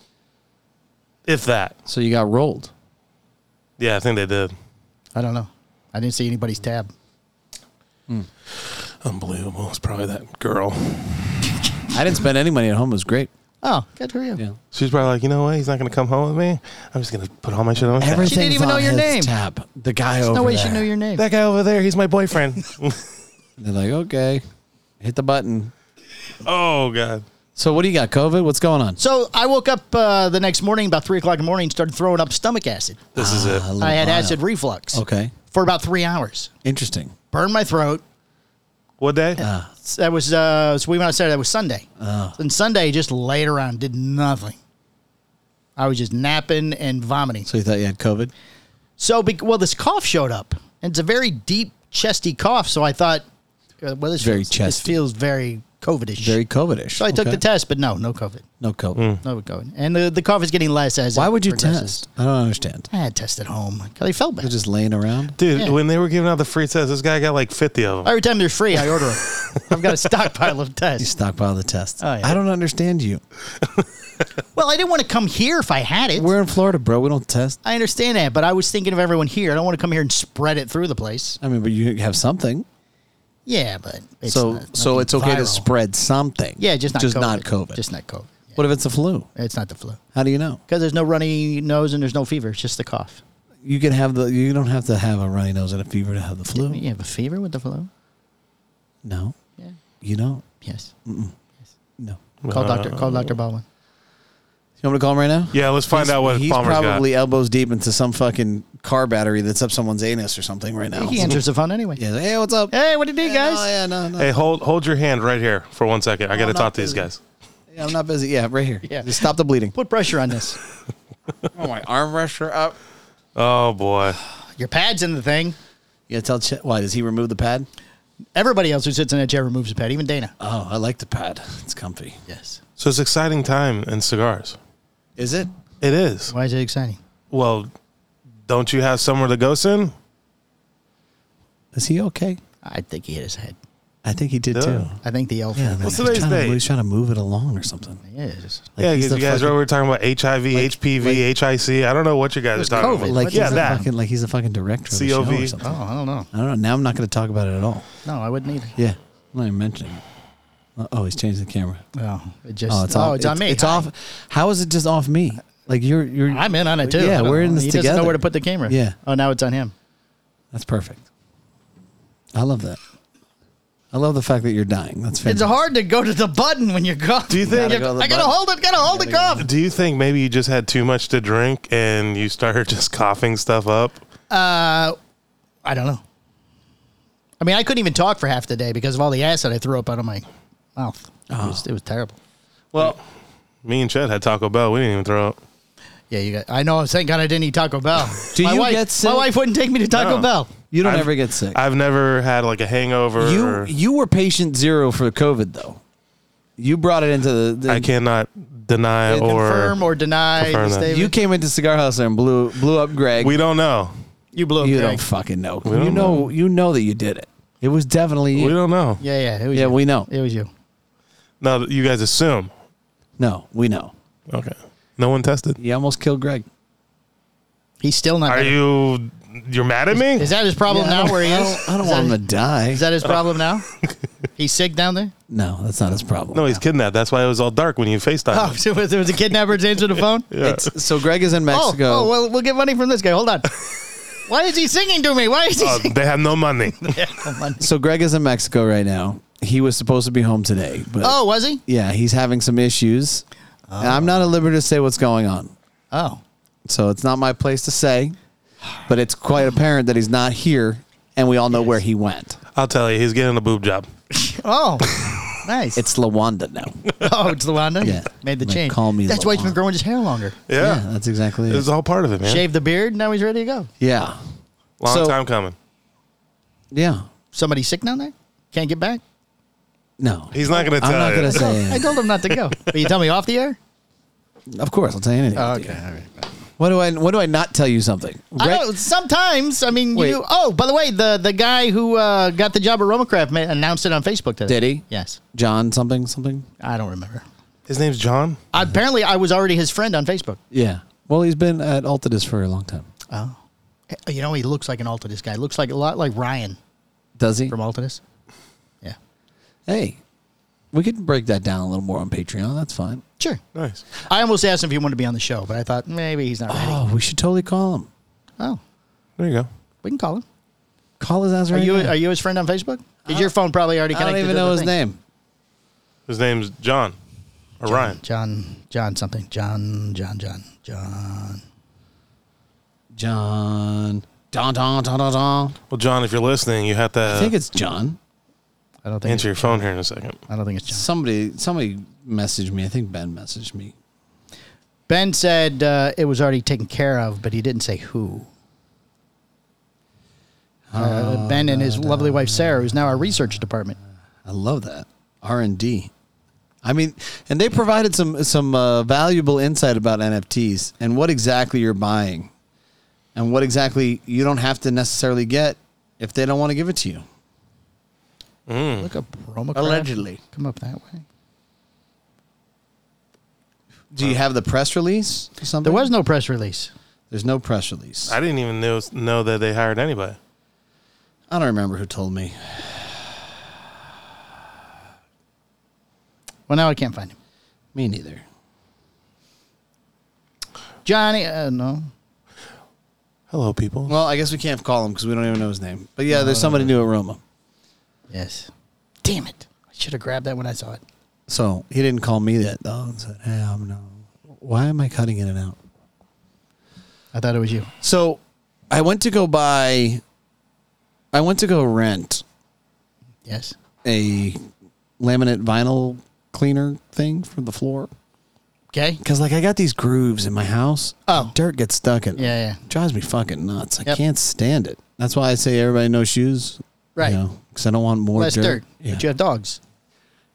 Speaker 1: if that.
Speaker 3: so you got rolled.
Speaker 1: Yeah, I think they did.
Speaker 2: I don't know. I didn't see anybody's tab.
Speaker 1: Unbelievable. It's probably that girl.
Speaker 3: I didn't spend any money at home. It was great.
Speaker 2: Oh, good for you.
Speaker 3: Yeah.
Speaker 1: She's probably like, you know what? He's not gonna come home with me. I'm just gonna put all my shit on. his
Speaker 3: *laughs* Everything's
Speaker 1: tab.
Speaker 2: She didn't even
Speaker 3: on
Speaker 2: know your
Speaker 3: his
Speaker 2: name.
Speaker 3: Tab. The guy over
Speaker 2: No way she
Speaker 3: there.
Speaker 2: knew your name.
Speaker 1: That guy over there, he's my boyfriend.
Speaker 3: They're like, okay, hit the button.
Speaker 1: oh god.
Speaker 3: So what do you got? COVID? What's going on?
Speaker 2: So I woke up uh, the next morning, about three o'clock in the morning, started throwing up stomach acid.
Speaker 1: This is it.
Speaker 3: Ah,
Speaker 2: I had
Speaker 3: Lyle.
Speaker 2: acid reflux.
Speaker 3: Okay,
Speaker 2: For about three hours,
Speaker 3: interesting.
Speaker 2: burned my throat.
Speaker 1: What day?
Speaker 2: That was uh, so we went out Saturday. That was Sunday.
Speaker 3: Oh.
Speaker 2: And Sunday, just laid around, did nothing. I was just napping and vomiting.
Speaker 3: So you thought you had COVID?
Speaker 2: So, bec well, this cough showed up, and it's a very deep, chesty cough. So I thought, uh, well, this
Speaker 3: Very
Speaker 2: feels, This
Speaker 3: chesty.
Speaker 2: feels very COVIDish.
Speaker 3: Very COVID-ish.
Speaker 2: so I took
Speaker 3: Okay.
Speaker 2: the test, but no, no COVID,
Speaker 3: No COVID.
Speaker 2: no COVID, and the, the cough is getting less as.
Speaker 3: Why
Speaker 2: it
Speaker 3: would you
Speaker 2: progresses.
Speaker 3: test? I don't understand.
Speaker 2: I had tests at home because I felt bad.
Speaker 3: You're just laying around.
Speaker 1: Dude,
Speaker 2: Yeah.
Speaker 1: when they were giving out the free tests, this guy got like 50 of them.
Speaker 2: Every time they're free, I order them. I've
Speaker 3: *laughs*
Speaker 2: got a stockpile of
Speaker 3: You
Speaker 2: tests.
Speaker 3: stockpile the tests.
Speaker 2: Oh, yeah.
Speaker 3: I don't understand you.
Speaker 2: Well, I didn't want to come here if I had it.
Speaker 3: We're in Florida, bro. We don't test.
Speaker 2: I understand that, but I was thinking of everyone here. I don't want to come here and spread it through the place.
Speaker 3: I mean, but you have something.
Speaker 2: Yeah, but it's
Speaker 3: so
Speaker 2: not-
Speaker 3: so
Speaker 2: nothing
Speaker 3: it's okay to
Speaker 2: viral.
Speaker 3: spread something.
Speaker 2: Yeah, just not
Speaker 3: just
Speaker 2: COVID.
Speaker 3: not COVID.
Speaker 2: Just not COVID. Yeah.
Speaker 3: What if it's a flu?
Speaker 2: It's not the flu
Speaker 3: How do you know?
Speaker 2: because there's no runny nose and there's no fever. It's just the cough.
Speaker 3: You can have the. You don't have to have a runny nose and a fever to have the flu.
Speaker 2: You have a fever with the flu.
Speaker 3: No,
Speaker 2: Yeah.
Speaker 3: you don't.
Speaker 2: Yes.
Speaker 3: No.
Speaker 2: Call doctor. Call doctor Baldwin.
Speaker 3: You want me to call him right now?
Speaker 1: Yeah, let's find
Speaker 3: He's-
Speaker 1: out what
Speaker 3: he's
Speaker 1: Palmer's
Speaker 3: probably
Speaker 1: got.
Speaker 3: elbows deep into some fucking car battery that's up someone's anus or something right now.
Speaker 2: He answers the phone anyway.
Speaker 3: Yeah. Hey, what's up?
Speaker 2: Hey, what do you do,
Speaker 3: Yeah,
Speaker 2: guys?
Speaker 3: No, yeah, no, no.
Speaker 1: Hey, hold hold your hand right here for one second. I got to
Speaker 3: I'm
Speaker 1: talk
Speaker 3: not
Speaker 1: to these
Speaker 3: busy.
Speaker 1: guys.
Speaker 3: Yeah, I'm not busy. Yeah, right here.
Speaker 2: Yeah.
Speaker 3: Just stop the bleeding.
Speaker 2: Put pressure on this.
Speaker 3: Oh, my arm wrestler up.
Speaker 1: Oh boy,
Speaker 2: Your pad's in the thing.
Speaker 3: Yeah, tell Chet. Why does he remove the pad?
Speaker 2: Everybody else who sits in that chair removes a pad, even Dana.
Speaker 3: Oh, I like the pad. It's comfy.
Speaker 2: Yes.
Speaker 1: so it's exciting time in cigars.
Speaker 3: Is it?
Speaker 1: It is.
Speaker 2: Why is it exciting?
Speaker 1: Well, don't you have somewhere to go soon?
Speaker 3: Is he okay?
Speaker 2: I think he hit his head.
Speaker 3: I think he did
Speaker 1: Yeah.
Speaker 3: too.
Speaker 2: I think the elf.
Speaker 3: Yeah,
Speaker 2: hit him.
Speaker 3: man,
Speaker 1: What's
Speaker 3: he's
Speaker 1: today's
Speaker 3: trying to-
Speaker 1: date?
Speaker 3: He's trying to move it along or something.
Speaker 2: Yeah, it's just-
Speaker 3: Like
Speaker 1: yeah,
Speaker 3: he's
Speaker 1: because
Speaker 3: the
Speaker 1: you guys
Speaker 3: fucking-
Speaker 1: are over talking about HIV, HPV, HIC. I don't know what you guys
Speaker 2: was
Speaker 1: are talking
Speaker 2: COVID.
Speaker 1: about.
Speaker 3: like
Speaker 2: What
Speaker 3: he's
Speaker 1: yeah,
Speaker 2: is
Speaker 3: a
Speaker 1: that.
Speaker 3: fucking like he's a fucking director of the show
Speaker 1: COV.
Speaker 3: or something.
Speaker 2: Oh, I don't know.
Speaker 3: I don't know. Now I'm not going to talk about it at all.
Speaker 2: No, I wouldn't either.
Speaker 3: Yeah, I'm not even mentioning. it. Uh, Oh, he's changed the camera.
Speaker 2: No, it just.
Speaker 3: Oh, it's off.
Speaker 2: on me.
Speaker 3: It's off. How is it just off me? Like you're you're
Speaker 2: I'm in on it too.
Speaker 3: Yeah,
Speaker 2: I don't
Speaker 3: we're in
Speaker 2: know.
Speaker 3: this
Speaker 2: he doesn't
Speaker 3: together.
Speaker 2: know where to put the camera.
Speaker 3: Yeah.
Speaker 2: Oh, now it's on him.
Speaker 3: That's perfect. I love that. I love the fact that you're dying. That's
Speaker 2: It's
Speaker 3: fantastic.
Speaker 2: hard to go to the button when you're gone.
Speaker 1: Do you think?
Speaker 3: Gotta go to the
Speaker 2: I gotta
Speaker 3: button.
Speaker 2: hold it. Gotta hold the cuff.
Speaker 1: Do you think maybe you just had too much to drink and you started *laughs* just coughing stuff up?
Speaker 2: Uh, I don't know. I mean, I couldn't even talk for half the day because of all the acid I threw up out of my mouth. It,
Speaker 3: Oh.
Speaker 2: was, it was terrible.
Speaker 1: Well, me and Chet had Taco Bell. We didn't even throw up.
Speaker 2: Yeah, you got. I know. Thank God I didn't eat Taco Bell.
Speaker 3: *laughs* Do
Speaker 2: my
Speaker 3: you
Speaker 2: wife,
Speaker 3: get sick?
Speaker 2: My wife wouldn't take me to Taco
Speaker 1: No.
Speaker 2: Bell.
Speaker 3: You don't
Speaker 1: I've-
Speaker 3: ever get sick.
Speaker 1: I've never had like a hangover.
Speaker 3: you
Speaker 1: or-
Speaker 3: you were patient zero for COVID though. You brought it into the. the
Speaker 1: I cannot deny
Speaker 2: They
Speaker 1: or
Speaker 2: confirm or deny.
Speaker 1: confirm
Speaker 2: Miss
Speaker 1: that.
Speaker 2: Davis.
Speaker 3: You came into Cigar Hustler and blew blew up Greg.
Speaker 1: we don't know.
Speaker 2: you blew up.
Speaker 3: you
Speaker 2: Greg.
Speaker 3: don't fucking know.
Speaker 1: don't
Speaker 3: you know, you know that you did it. It was definitely you.
Speaker 1: We don't know.
Speaker 2: yeah, yeah. It was
Speaker 3: yeah,
Speaker 2: you.
Speaker 3: we know.
Speaker 2: It was you.
Speaker 1: No, you guys assume.
Speaker 3: No, we know.
Speaker 1: Okay. No one tested.
Speaker 3: You almost killed Greg.
Speaker 2: He's still not.
Speaker 1: Are
Speaker 2: better.
Speaker 1: you? You're mad at me?
Speaker 2: Is that his problem
Speaker 3: Yeah, I
Speaker 2: now?
Speaker 3: don't-
Speaker 2: Where he
Speaker 3: I
Speaker 2: is?
Speaker 3: don't, I don't
Speaker 2: Is
Speaker 3: want
Speaker 2: that-
Speaker 3: him to die.
Speaker 2: Is that his
Speaker 1: *laughs*
Speaker 2: problem now? He's sick down there. *laughs*
Speaker 3: no, that's not his problem.
Speaker 1: no, he's kidnapped. That's why it was all dark when you Facetime.
Speaker 2: Oh, *laughs* so was- there was a kidnapper to answer the phone.
Speaker 1: yeah.
Speaker 3: It's- so Greg is in
Speaker 2: Oh,
Speaker 3: *laughs* Mexico.
Speaker 2: oh, well, we'll get money from this guy. Hold on. Why is he singing to me? Why is he? *laughs*
Speaker 1: Uh,
Speaker 2: singing?
Speaker 1: they have no money.
Speaker 3: So Greg is in Mexico right now. He was supposed to be home today, but
Speaker 2: Oh, was he?
Speaker 3: yeah, he's having some issues. And I'm not at liberty to say what's going on.
Speaker 2: Oh,
Speaker 3: So it's not my place to say, but it's quite apparent that he's not here and we all know where he went.
Speaker 1: I'll tell you, he's getting a boob job.
Speaker 2: oh,
Speaker 3: *laughs*
Speaker 2: nice.
Speaker 3: It's Lawanda
Speaker 1: *laughs*
Speaker 3: now.
Speaker 2: *laughs* oh, it's Luanda.
Speaker 3: Yeah.
Speaker 2: made the
Speaker 3: Like,
Speaker 2: change.
Speaker 3: call me
Speaker 2: That's why he's been
Speaker 3: Luanda.
Speaker 2: growing his hair longer.
Speaker 1: Yeah,
Speaker 3: that's exactly
Speaker 1: it's
Speaker 3: it.
Speaker 1: all part of it, man.
Speaker 2: Shaved the beard. Now he's ready to go.
Speaker 3: Yeah.
Speaker 1: Long
Speaker 3: So-
Speaker 1: time coming.
Speaker 3: Yeah.
Speaker 2: Somebody sick down there? Can't get back.
Speaker 3: No.
Speaker 1: He's not going to
Speaker 3: I'm
Speaker 1: tell
Speaker 3: not
Speaker 1: you.
Speaker 3: going to say
Speaker 2: I
Speaker 3: it.
Speaker 2: told him not to
Speaker 3: *laughs*
Speaker 2: go. But you tell me off the air. *laughs*
Speaker 3: Of course, I'll tell you anything.
Speaker 2: Oh, all right.
Speaker 3: What do I what do I not tell you something?
Speaker 2: I
Speaker 3: Greg-
Speaker 2: know. Sometimes, I mean,
Speaker 3: Wait.
Speaker 2: you. Oh, by the way, the the guy who uh, got the job at Romacraft ma- announced it on Facebook today.
Speaker 3: Did he?
Speaker 2: Yes.
Speaker 3: John something something?
Speaker 2: I don't remember.
Speaker 1: His name's John.
Speaker 2: Apparently, I was already his friend on Facebook.
Speaker 3: Yeah. Well, he's been at Altadis for a long time.
Speaker 2: You know, he looks like an Altadis guy. Looks like a lot like Ryan
Speaker 3: Does he?
Speaker 2: from Altadis. Yeah.
Speaker 3: Hey, we could break that down a little more on Patreon. That's fine.
Speaker 2: Sure.
Speaker 1: Nice.
Speaker 2: I almost asked him if he wanted to be on the show, but I thought maybe he's not ready.
Speaker 3: Oh, we should totally call him.
Speaker 2: Oh,
Speaker 1: There you go.
Speaker 2: we can call him.
Speaker 3: Call his ass
Speaker 2: Are
Speaker 3: right
Speaker 2: you
Speaker 3: now.
Speaker 2: are you his friend on Facebook? Is your phone probably already
Speaker 3: Uh, I
Speaker 2: connected?
Speaker 3: don't even
Speaker 2: to
Speaker 3: know
Speaker 2: the
Speaker 3: his
Speaker 2: thing?
Speaker 3: name.
Speaker 1: His name's John or Ryan.
Speaker 2: John John something. John John John John.
Speaker 3: John. Don, don, don, don, don.
Speaker 1: Well, John, if you're listening, you have
Speaker 3: I
Speaker 1: to
Speaker 2: Uh.
Speaker 3: think it's John.
Speaker 2: I don't think.
Speaker 1: answer your phone here in a second.
Speaker 2: I don't think it's John.
Speaker 3: Somebody somebody messaged me. I think Ben messaged me.
Speaker 2: Ben said uh, it was already taken care of, but he didn't say who. Uh, ben and his lovely wife Sarah, who's now our research department.
Speaker 3: I love that. R&D. I mean, and they provided some some uh, valuable insight about NFTs and what exactly you're buying and what exactly you don't have to necessarily get if they don't want to give it to you.
Speaker 2: Look up Roma.
Speaker 3: Allegedly.
Speaker 2: come up that way.
Speaker 3: Do you have the press release? Or something?
Speaker 2: There was no press release.
Speaker 3: There's no press release.
Speaker 1: I didn't even know, know that they hired anybody.
Speaker 3: I don't remember who told me.
Speaker 2: Well, now I can't find him.
Speaker 3: Me neither.
Speaker 2: Johnny, uh, no.
Speaker 1: Hello, people.
Speaker 3: Well, I guess we can't call him because we don't even know his name. But yeah, there's somebody new at Roma.
Speaker 2: Yes. Damn it! I should have grabbed that when I saw it.
Speaker 3: So he didn't call me that though and said, Hey, I'm no why am I cutting in and out?
Speaker 2: I thought it was you.
Speaker 3: So I went to go buy I went to go rent
Speaker 2: Yes.
Speaker 3: a laminate vinyl cleaner thing for the floor.
Speaker 2: Okay.
Speaker 3: Cause like I got these grooves in my house.
Speaker 2: Oh.
Speaker 3: Dirt gets stuck in. 'em.
Speaker 2: Yeah, yeah.
Speaker 3: Drives me fucking nuts. I
Speaker 2: Yep.
Speaker 3: can't stand it. That's why I say everybody no shoes.
Speaker 2: Right.
Speaker 3: Because I don't want more
Speaker 2: Less dirt.
Speaker 3: Yeah.
Speaker 2: But you have dogs.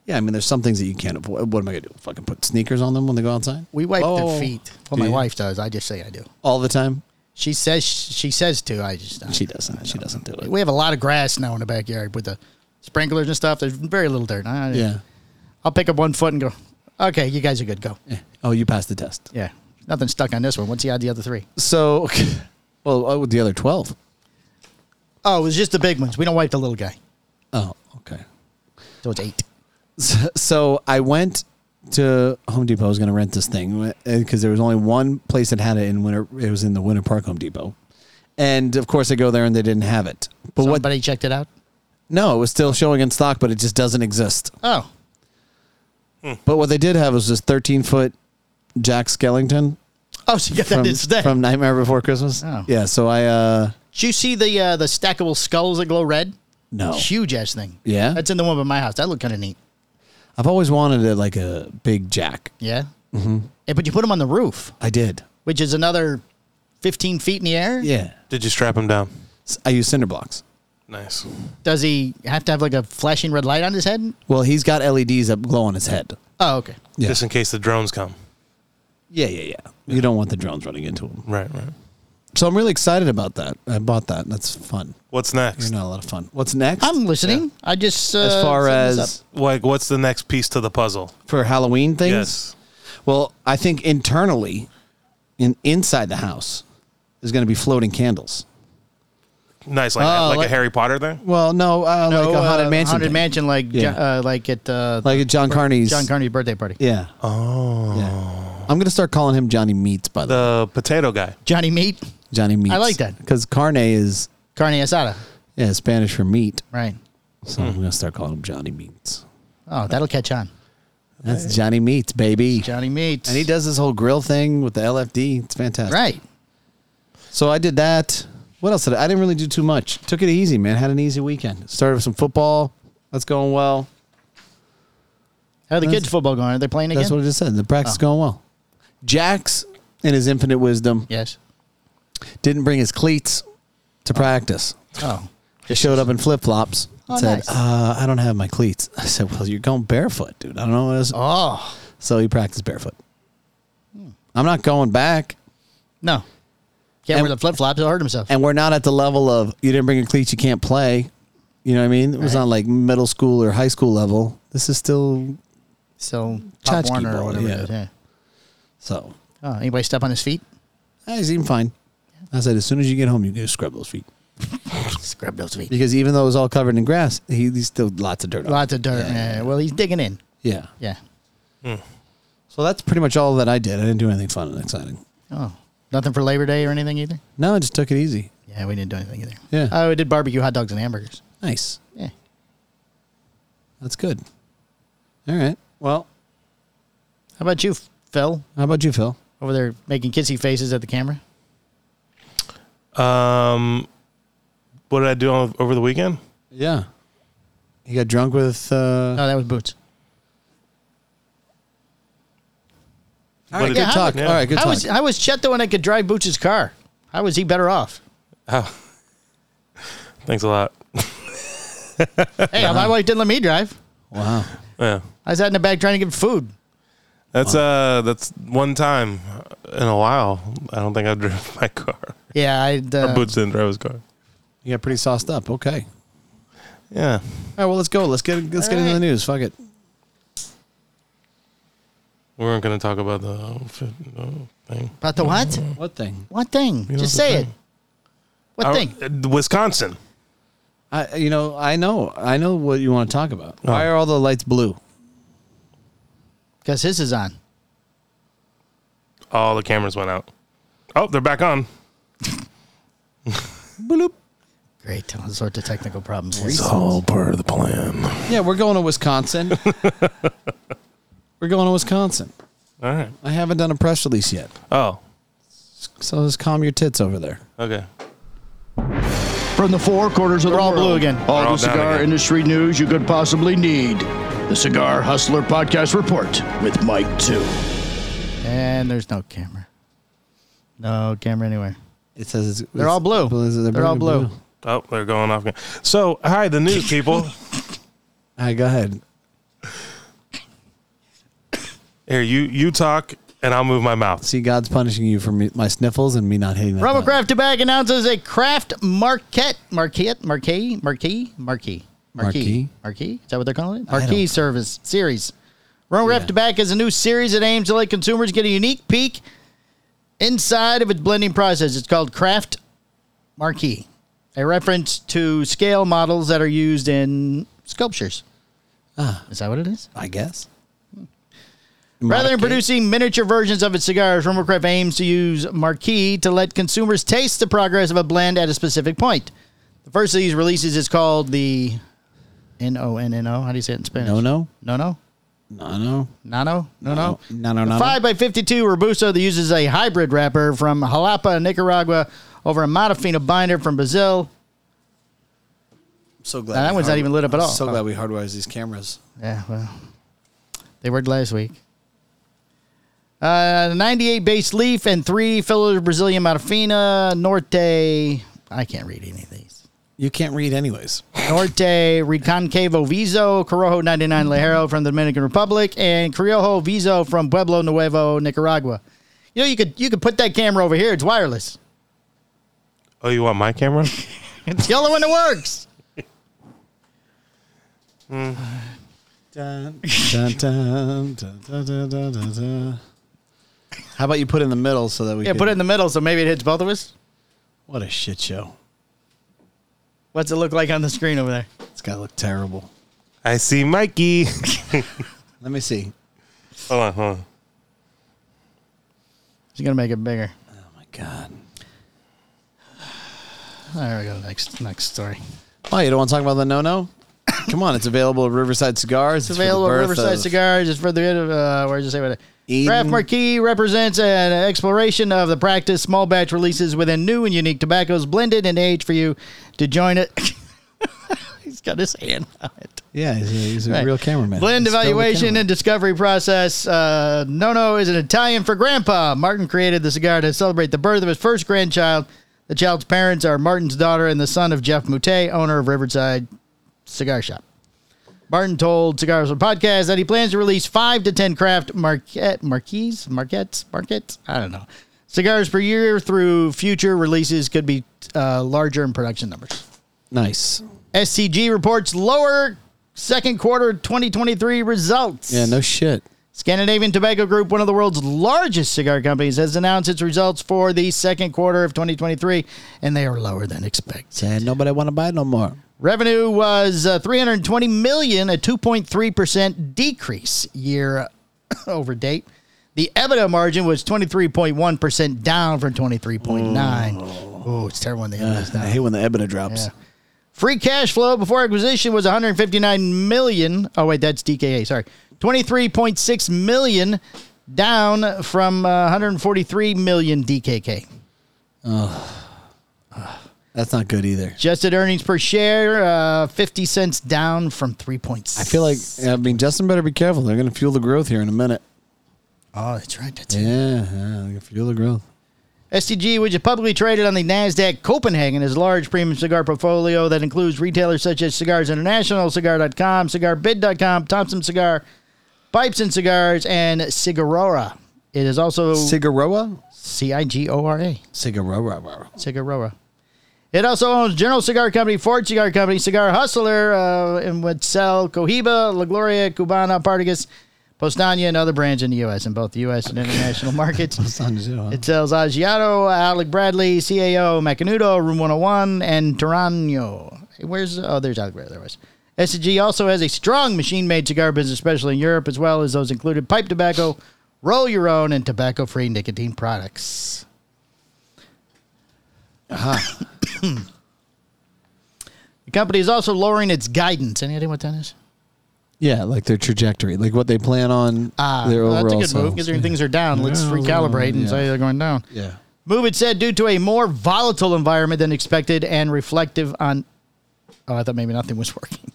Speaker 3: Yeah, I mean, there's some things that you can't avoid. What am I gonna do? Fucking put sneakers on them when they go outside?
Speaker 2: We wipe
Speaker 3: Oh.
Speaker 2: their feet. Well, my
Speaker 3: Yeah.
Speaker 2: wife does. I just say I do.
Speaker 3: all the time.
Speaker 2: She says she says to. I just
Speaker 3: She doesn't. She doesn't do it.
Speaker 2: We have a lot of grass now in the backyard with the sprinklers and stuff. There's very little dirt. I,
Speaker 3: Yeah.
Speaker 2: I'll pick up one foot and go, okay, you guys are good. Go.
Speaker 3: yeah. Oh, you passed the test.
Speaker 2: Yeah. Nothing stuck on this one. What's the the other three?
Speaker 3: So, well, oh, with the other twelve.
Speaker 2: Oh, it was just the big ones. We don't wipe the little guy.
Speaker 3: Oh, okay.
Speaker 2: So it's eight.
Speaker 3: So, so I went to Home Depot. I was going to rent this thing because there was only one place that had it in Winter. It was in the Winter Park Home Depot, and of course I go there and they didn't have it. But what?
Speaker 2: Somebody checked it out.
Speaker 3: No, it was still showing in stock, but it just doesn't exist.
Speaker 2: Oh,
Speaker 3: But what they did have was this 13 foot Jack Skellington
Speaker 2: oh, so you got *laughs*
Speaker 3: from,
Speaker 2: that instead.
Speaker 3: from Nightmare Before Christmas.
Speaker 2: Oh.
Speaker 3: Yeah, so I uh
Speaker 2: Did you see the uh, the stackable skulls that glow red?
Speaker 3: no.
Speaker 2: Huge ass thing.
Speaker 3: Oh. Yeah?
Speaker 2: that's in the one by my house. That looked kind of neat.
Speaker 3: I've always wanted a, like a big Jack.
Speaker 2: Yeah. Mm-hmm. but you put them on the roof,
Speaker 3: I did.
Speaker 2: which is another fifteen feet in the air.
Speaker 3: Yeah.
Speaker 1: Did you strap him down?
Speaker 3: S- I use cinder blocks.
Speaker 1: Nice.
Speaker 2: Does he have to have like a flashing red light on his head?
Speaker 3: Well, he's got LEDs that glow on his head.
Speaker 2: Oh, okay.
Speaker 3: Yeah.
Speaker 1: Just in case the drones come.
Speaker 3: Yeah, yeah, yeah. You don't want the drones running into him.
Speaker 1: Right, right.
Speaker 3: So I'm really excited about that. I bought that. That's fun.
Speaker 1: What's
Speaker 3: It's
Speaker 1: next?
Speaker 3: not a lot of fun. What's next?
Speaker 2: I'm listening. I just uh,
Speaker 3: as far
Speaker 2: setting this
Speaker 3: as
Speaker 2: up.
Speaker 1: Like, what's the next piece to the puzzle?
Speaker 3: for Halloween things?
Speaker 1: Yes.
Speaker 3: Well, I think internally, in inside the house, is going to be floating candles.
Speaker 1: Nice, like,
Speaker 2: Oh,
Speaker 1: like,
Speaker 2: like-
Speaker 1: a Harry Potter thing.
Speaker 3: Well, no, uh, like
Speaker 2: Oh,
Speaker 3: a
Speaker 2: uh,
Speaker 3: haunted mansion.
Speaker 2: haunted
Speaker 3: thing.
Speaker 2: mansion, like
Speaker 3: Yeah.
Speaker 2: Jo- uh, like at uh,
Speaker 3: like a John Carney's.
Speaker 2: John Carney's birthday party.
Speaker 3: Yeah.
Speaker 1: Oh,
Speaker 3: yeah. I'm gonna start calling him Johnny Meats. By the way.
Speaker 1: the potato guy.
Speaker 2: Johnny Meat,
Speaker 3: Johnny Meats.
Speaker 2: I like that.
Speaker 3: because Carne is
Speaker 2: Carne Asada,
Speaker 3: yeah Spanish for meat.
Speaker 2: right?
Speaker 3: So I'm gonna start calling him Johnny Meats.
Speaker 2: Oh, that'll catch on.
Speaker 3: That's Johnny Meats, baby.
Speaker 2: Johnny Meat,
Speaker 3: and he does this whole grill thing with the LFD. It's fantastic.
Speaker 2: right.
Speaker 3: So I did that. What else did I? I didn't really do too much. Took it easy, man. Had an easy weekend. Started with some football. That's going well.
Speaker 2: How are the
Speaker 3: That's-
Speaker 2: kids' football going? Are they playing again?
Speaker 3: That's what I just said. The practice
Speaker 2: Oh.
Speaker 3: going well. Jax, in his infinite wisdom,
Speaker 2: yes.
Speaker 3: didn't bring his cleats to practice.
Speaker 2: Oh,
Speaker 3: He showed up in flip flops.
Speaker 2: Oh,
Speaker 3: said,
Speaker 2: nice.
Speaker 3: uh, "I don't have my cleats." *laughs* I said, "Well, you're going barefoot, dude. I don't know what else."
Speaker 2: oh Hmm.
Speaker 3: So he practiced barefoot. I'm not going back,
Speaker 2: no. Can't
Speaker 3: And-
Speaker 2: wear the flip flops. He'll hurt himself.
Speaker 3: and we're not at the level of you didn't bring your cleats, you can't play. You know what I mean? It was
Speaker 2: Right.
Speaker 3: not like middle school or high school level. This is still
Speaker 2: So Pop
Speaker 3: Tchotchke
Speaker 2: Warner
Speaker 3: ball,
Speaker 2: or whatever.
Speaker 3: yeah.
Speaker 2: It is, yeah.
Speaker 3: so.
Speaker 2: Oh, anybody step on his feet?
Speaker 3: I he's even fine. I said, as soon as you get home, you go scrub those feet.
Speaker 2: Scrub those feet.
Speaker 3: Because even though it was all covered in grass, he, he's still lots of dirt. on it.
Speaker 2: Lots of dirt. Yeah, Well, he's digging in.
Speaker 3: Yeah.
Speaker 2: Yeah.
Speaker 3: So that's pretty much all that I did. I didn't do anything fun and exciting.
Speaker 2: Oh, nothing for Labor Day or anything either.
Speaker 3: No, I just took it easy.
Speaker 2: Yeah, we didn't do anything either.
Speaker 3: Yeah.
Speaker 2: Oh, we did barbecue hot dogs and hamburgers.
Speaker 3: Nice.
Speaker 2: Yeah.
Speaker 3: That's good. All right. Well,
Speaker 2: How about you, Phil?
Speaker 3: how about you, Phil?
Speaker 2: Over there making kissy faces at the camera.
Speaker 1: Um, what did I do on, over the weekend?
Speaker 3: Yeah. You got drunk with. Uh,
Speaker 2: No, Oh, that was Boots.
Speaker 3: all right,
Speaker 1: What
Speaker 3: good
Speaker 1: did-
Speaker 2: Yeah, how-
Speaker 3: talk.
Speaker 1: yeah.
Speaker 3: All right, good
Speaker 2: How
Speaker 3: talk.
Speaker 2: was how was Chet the one that could drive Boots' car? How was he better off?
Speaker 1: Oh. Thanks a lot.
Speaker 2: Hey, my wife didn't let me drive.
Speaker 3: wow.
Speaker 1: Yeah.
Speaker 2: I sat in the back trying to get food.
Speaker 1: That's uh that's one time in a while. I don't think I drove *laughs* my car.
Speaker 2: Yeah, I. Uh,
Speaker 1: Boots didn't drive his car.
Speaker 3: You got pretty sauced up. Okay.
Speaker 1: Yeah.
Speaker 3: All right. Well, let's go. Let's get let's get
Speaker 2: All
Speaker 3: into the
Speaker 2: right.
Speaker 3: news. Fuck it.
Speaker 1: We weren't gonna talk about the fit- no, thing.
Speaker 2: About the what?
Speaker 3: What thing?
Speaker 2: What thing?
Speaker 1: know
Speaker 2: Just
Speaker 1: the
Speaker 2: say
Speaker 1: thing.
Speaker 2: it. What
Speaker 1: I-
Speaker 2: thing?
Speaker 1: uh, Wisconsin.
Speaker 3: I you know I know I know what you want to talk about. Why
Speaker 1: Oh.
Speaker 3: are all the lights blue?
Speaker 2: Because his is on.
Speaker 1: All the cameras went out. Oh, they're back on.
Speaker 3: Bloop.
Speaker 2: Great. All sorts of technical problems. here.
Speaker 1: all part of the plan. All
Speaker 3: Yeah, we're going to Wisconsin.
Speaker 2: *laughs*
Speaker 3: we're going to Wisconsin.
Speaker 1: right.
Speaker 3: I haven't done a press release yet,
Speaker 1: Oh,
Speaker 3: so just calm your tits over there.
Speaker 1: okay.
Speaker 4: From the four corners of the
Speaker 2: We're all
Speaker 4: world.
Speaker 2: blue again.
Speaker 4: All
Speaker 1: We're all
Speaker 4: the
Speaker 1: down
Speaker 4: cigar
Speaker 1: again.
Speaker 4: industry news you could possibly need. The Cigar Hustler Podcast Report with Mike 2.
Speaker 2: And there's no camera. No camera anywhere.
Speaker 3: It says it's,
Speaker 2: They're all blue. They're, all blue.
Speaker 1: Oh, they're going off again. So, hi, the news *laughs* people.
Speaker 3: All right, go ahead.
Speaker 1: Here, you you talk, and I'll move my mouth.
Speaker 3: See, God's punishing you for me, my sniffles and me not hitting that.
Speaker 2: Robert
Speaker 3: button.
Speaker 2: Kraft Tobacco announces a Kraft Marquette, Marquette, Marquee, Marquee, Marquee, Marquee,
Speaker 3: Marquee?
Speaker 2: Marquee. Is that what they're calling it?
Speaker 3: I don't-
Speaker 2: Marquee service series. Robert Kraft Tobacco is a new series that aims to let consumers get a unique peek inside of its blending process. It's called Kraft Marquee, a reference to scale models that are used in sculptures. Ah. Is that what it is?
Speaker 3: I guess.
Speaker 2: Rather than
Speaker 3: Marquee.
Speaker 2: producing miniature versions of its cigars, Rummelcraft aims to use Marquis to let consumers taste the progress of a blend at a specific point. The first of these releases is called the N O N N O. How do you say it in Spanish?
Speaker 3: No, no,
Speaker 2: No, no.
Speaker 3: no, no.
Speaker 2: Nano? No, no.
Speaker 3: No, no, no, no.
Speaker 2: Five by fifty-two Robusto that uses a hybrid wrapper from Jalapa, Nicaragua, over a Modafina binder from Brazil.
Speaker 3: So glad
Speaker 2: Now, that
Speaker 3: we
Speaker 2: one's not even lit up at all. Oh.
Speaker 3: So glad we hardwired these cameras.
Speaker 2: Yeah, well, they worked last week. Uh, 98 base leaf and three filler Brazilian Modafina, Norte. I can't read any of these.
Speaker 3: You can't read anyways.
Speaker 2: Norte, Reconquevo Viso, Corojo 99 Lajero from the Dominican Republic, and Criojo Viso from Pueblo Nuevo, Nicaragua. You know, you could you could put that camera over here. It's wireless.
Speaker 1: Oh, you want my camera?
Speaker 2: It's yellow and it works.
Speaker 3: Dun, dun, dun, dun, dun, dun, dun, dun, dun. How about you put it in the middle so that we
Speaker 2: Yeah,
Speaker 3: could-
Speaker 2: put it in the middle so maybe it hits both of us.
Speaker 3: What a shit show!
Speaker 2: What's it look like on the screen over there?
Speaker 3: It's gotta look terrible.
Speaker 1: I see *laughs* Mikey.
Speaker 3: Let me see.
Speaker 1: hold on, hold on.
Speaker 2: It's gonna make it bigger.
Speaker 3: Oh my god!
Speaker 2: There we go. Next next story.
Speaker 3: Oh, you don't want to talk about the no no? *coughs* Come on, it's available at Riverside Cigars.
Speaker 2: It's available at Riverside
Speaker 3: Cigars.
Speaker 2: Cigars. It's for the uh, where did you say about it?
Speaker 3: Eden.
Speaker 2: Craft Marquis represents an exploration of the practice, small batch releases within new and unique tobaccos, blended and aged for you to join it. *laughs* He's got his hand on it.
Speaker 3: Yeah, he's a, he's a
Speaker 2: Right.
Speaker 3: real cameraman.
Speaker 2: Blend
Speaker 3: He's a real
Speaker 2: evaluation
Speaker 3: cameraman.
Speaker 2: and discovery process. Uh, Nono is an Italian for grandpa. Martin created the cigar to celebrate the birth of his first grandchild. The child's parents are Martin's daughter and the son of Jeff Moutet, owner of Riverside Cigar Shop. Martin told Cigars on Podcast that he plans to release five to ten craft marquette, marquees, marquettes, marquettes. I don't know. Cigars per year through future releases could be uh, larger in production numbers.
Speaker 3: nice.
Speaker 2: SCG reports lower second quarter 2023 results.
Speaker 3: Yeah, no shit.
Speaker 2: Scandinavian Tobacco Group, one of the world's largest cigar companies, has announced its results for the second quarter of 2023, and they are lower than expected.
Speaker 3: Said nobody want to buy no more.
Speaker 2: Revenue was uh, 320 million, a 2.3 percent decrease year *coughs* over date. The EBITDA margin was 23.1 percent, down from 23.9. Oh, it's terrible when the EBITDA is down.
Speaker 3: I hate when the EBITDA drops.
Speaker 2: Yeah. Free cash flow before acquisition was 159 million. Oh wait, that's DKA. Sorry, 23.6 million, down from uh, 143 million DKK.
Speaker 3: That's not good either.
Speaker 2: Adjusted earnings per share, uh, 50 cents down from 3.6.
Speaker 3: I feel like I mean Justin better be careful. They're going to fuel the growth here in a minute.
Speaker 2: Oh, that's right. That's it.
Speaker 3: Yeah, yeah they're gonna fuel the growth.
Speaker 2: STG, which is publicly traded on the NASDAQ Copenhagen, is a large premium cigar portfolio that includes retailers such as Cigars International, Cigar.com, CigarBid.com, Thompson Cigar, Pipes and Cigars, and Cigarora. It is also
Speaker 3: Cigaroa,
Speaker 2: C I G O R A,
Speaker 3: Cigaroa.
Speaker 2: Cigarora. It also owns General Cigar Company, Ford Cigar Company, Cigar Hustler, uh, and would sell Cohiba, La Gloria, Cubana, Partagas, Postana, and other brands in the U.S. in both the U.S. and international *laughs* markets. It sells Agiato, Alec Bradley, CAO, Macanudo, Room 101, and Tarano. Where's, oh, there's Alec Bradley. There was. SG also has a strong machine made cigar business, especially in Europe, as well as those included pipe tobacco, roll your own, and tobacco free nicotine products. Uh-huh. *coughs* the company is also lowering its guidance. Any idea what that is?
Speaker 3: Yeah, like their trajectory, like what they plan on.
Speaker 2: Ah,
Speaker 3: their
Speaker 2: well,
Speaker 3: overall
Speaker 2: that's a good move
Speaker 3: sales.
Speaker 2: considering things are down. Let's
Speaker 3: Yeah,
Speaker 2: recalibrate and
Speaker 3: yeah.
Speaker 2: say they're going down.
Speaker 3: Yeah.
Speaker 2: Move it said due to a more volatile environment than expected and reflective on. Oh, I thought maybe nothing was working.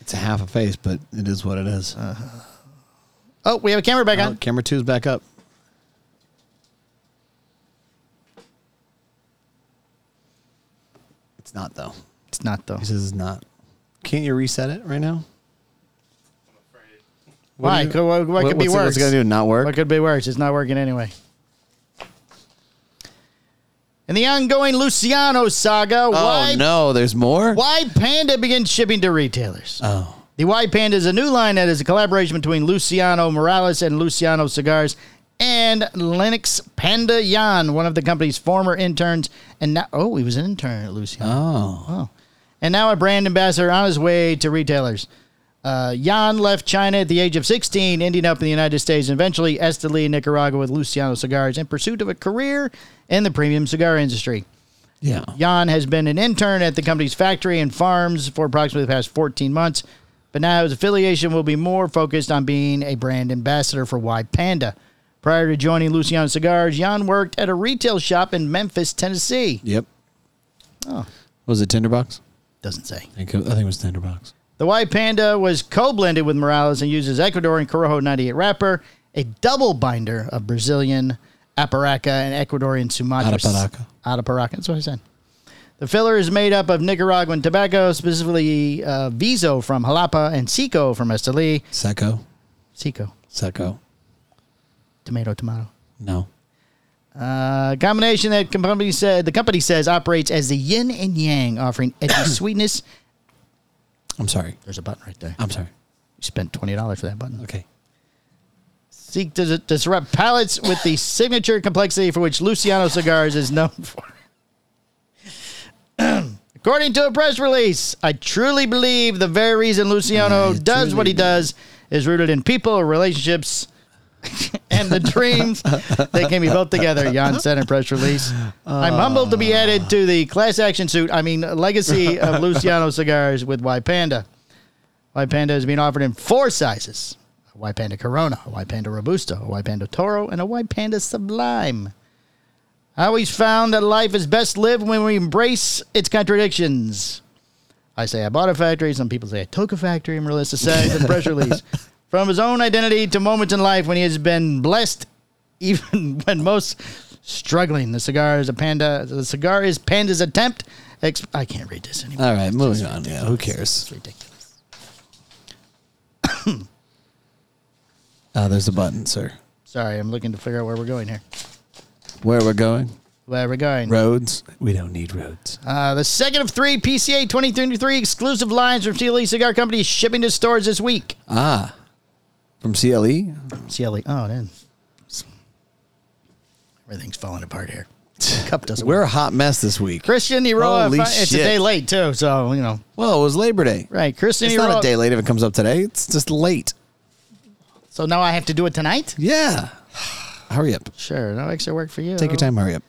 Speaker 3: It's a half a face, but it is what it is.
Speaker 2: Uh-huh. Oh, we have a camera back
Speaker 3: Oh,
Speaker 2: on.
Speaker 3: camera two's back up. It's not though.
Speaker 2: It's not though.
Speaker 3: He says it's not. Can't you reset it right now?
Speaker 2: Why?
Speaker 3: do you-
Speaker 2: Co- what, what could be
Speaker 3: what's it-
Speaker 2: worse?
Speaker 3: What's it gonna do? Not work?
Speaker 2: What could be worse? It's not working anyway. In the ongoing Luciano saga,
Speaker 3: oh
Speaker 2: why
Speaker 3: no, there's more.
Speaker 2: why Panda begins shipping to retailers?
Speaker 3: Oh,
Speaker 2: The Y Panda is a new line that is a collaboration between Luciano Morales and Luciano Cigars and Lennox Panda Yan, one of the company's former interns. And now, oh, he was an intern at Luciano.
Speaker 3: oh,
Speaker 2: Oh. And now a brand ambassador on his way to retailers. Uh, Uh, Jan left China at the age of 16, ending up in the United States and eventually Esteli, Nicaragua with Luciano Cigars in pursuit of a career in the premium cigar industry.
Speaker 3: Yeah.
Speaker 2: Jan has been an intern at the company's factory and farms for approximately the past 14 months, but now his affiliation will be more focused on being a brand ambassador for Wide Panda. Prior to joining Luciano Cigars, Jan worked at a retail shop in Memphis, Tennessee.
Speaker 3: Yep. Oh. Was it Tinderbox?
Speaker 2: Doesn't say.
Speaker 3: I think it, I think it was Tinderbox.
Speaker 2: The White Panda was co blended with Morales and uses Ecuadorian Corojo 98 wrapper, a double binder of Brazilian Aparaca and Ecuadorian Sumatra.
Speaker 3: Araparaca.
Speaker 2: Araparaca, that's what I said. The filler is made up of Nicaraguan tobacco, specifically uh, Viso from Jalapa and Seco from Esteli.
Speaker 3: Seco.
Speaker 2: Seco,
Speaker 3: Seco.
Speaker 2: tomato, tomato.
Speaker 3: No.
Speaker 2: Uh, combination that company said the company says operates as the yin and yang, offering *coughs* edgy sweetness.
Speaker 3: I'm sorry.
Speaker 2: There's a button right there.
Speaker 3: I'm sorry.
Speaker 2: You spent twenty dollars for that button.
Speaker 3: Okay.
Speaker 2: seek to dis- disrupt palates with the signature complexity for which Luciano Cigars is known for. *clears throat* According to a press release, I truly believe the very reason Luciano
Speaker 3: I
Speaker 2: does what
Speaker 3: truly
Speaker 2: he does is rooted in people, relationships, *laughs* and the dreams that can be built together, Jan said in a press release. I'm humbled to be
Speaker 3: Ah.
Speaker 2: added to the class action suit, I mean, legacy of Luciano Cigars with Y Panda. Y Panda is being offered in four sizes a Y Panda Corona, a Y Panda Robusto, a Y Panda Toro, and a Y Panda Sublime. I always found that life is best lived when we embrace its contradictions. I say I bought a factory. Some people say I took a factory. And Marissa says in a press release, from his own identity to moments in life when he has been blessed, even *laughs* when most struggling. The cigar is a panda. The cigar is panda's attempt. Ex- I can't read this anymore.
Speaker 3: All right, moving on. Yeah, who cares?
Speaker 2: It's ridiculous.
Speaker 3: Uh, there's a button, sir.
Speaker 2: Sorry, I'm looking to figure out where we're going here.
Speaker 3: Where we're going?
Speaker 2: Where we're going.
Speaker 3: Roads. We don't need roads.
Speaker 2: Uh, the second of three PCA 2023 exclusive lines from CLE Cigar Company is shipping to stores this week.
Speaker 3: Ah, from E? CLE.
Speaker 2: CLE. Oh, then. Everything's falling apart here. Cup doesn't work.
Speaker 3: We're a hot mess this week.
Speaker 2: Christian Eroa.
Speaker 3: Holy
Speaker 2: It's a
Speaker 3: shit.
Speaker 2: day late, too, so, you know.
Speaker 3: Well, it was Labor Day.
Speaker 2: Right, Christian
Speaker 3: It's
Speaker 2: Eroa.
Speaker 3: not a day late if it comes up today. It's just late.
Speaker 2: So now I have to do it tonight?
Speaker 3: Yeah. *sighs* Hurry up.
Speaker 2: Sure, no extra work for you.
Speaker 3: Take your time. Hurry up.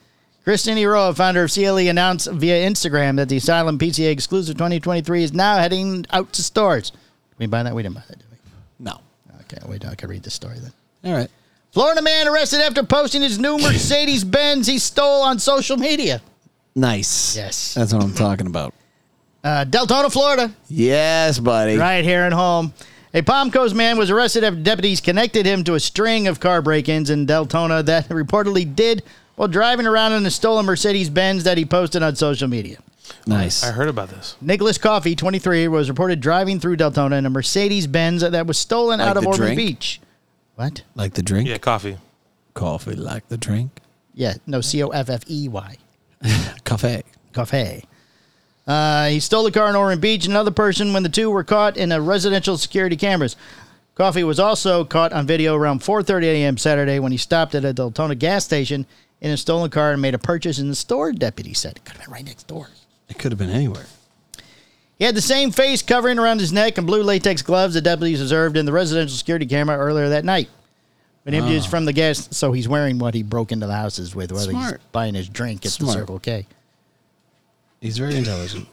Speaker 2: Kristen Eroa, founder of CLE, announced via Instagram that the Asylum PCA exclusive 2023 is now heading out to stores. we buy that? We didn't buy that, did we?
Speaker 3: No.
Speaker 2: Okay, wait, I can read this story then.
Speaker 3: All right.
Speaker 2: Florida man arrested after posting his new Mercedes Benz he stole on social media.
Speaker 3: Nice.
Speaker 2: Yes.
Speaker 3: That's what I'm talking about.
Speaker 2: Uh, Deltona, Florida,
Speaker 3: Yes, buddy.
Speaker 2: right here at home. A Palmco's man was arrested after deputies connected him to a string of car break ins in Deltona that *laughs* he reportedly did while driving around in a stolen Mercedes Benz that he posted on social media.
Speaker 3: Nice.
Speaker 1: I heard about this.
Speaker 2: Nicholas Coffey, 23, was reported driving through Deltona in a Mercedes Benz that was stolen
Speaker 3: Like
Speaker 2: out of
Speaker 3: the
Speaker 2: Ormond
Speaker 3: drink?
Speaker 2: Beach. What?
Speaker 3: Like the drink.
Speaker 1: Yeah, coffee.
Speaker 3: Coffee. Like the drink.
Speaker 2: Yeah, no, C O F F E Y.
Speaker 3: Cafe.
Speaker 2: Cafe. Uh, he stole the car in Ormond Beach. Another person, when the two were caught in a residential security cameras. Coffee was also caught on video around 4:30 a.m. Saturday when he stopped at a Deltona gas station in a stolen car and made a purchase in the store. Deputy said it could have been right next door.
Speaker 3: It could have been anywhere.
Speaker 2: He had the same face covering around his neck and blue latex gloves the deputies observed in the residential security camera earlier that night. When interviews
Speaker 3: Ah.
Speaker 2: from the gas, so he's wearing what he broke into the houses with, whether
Speaker 3: Smart.
Speaker 2: he's buying his drink at
Speaker 3: Smart.
Speaker 2: the Circle K.
Speaker 3: He's very intelligent.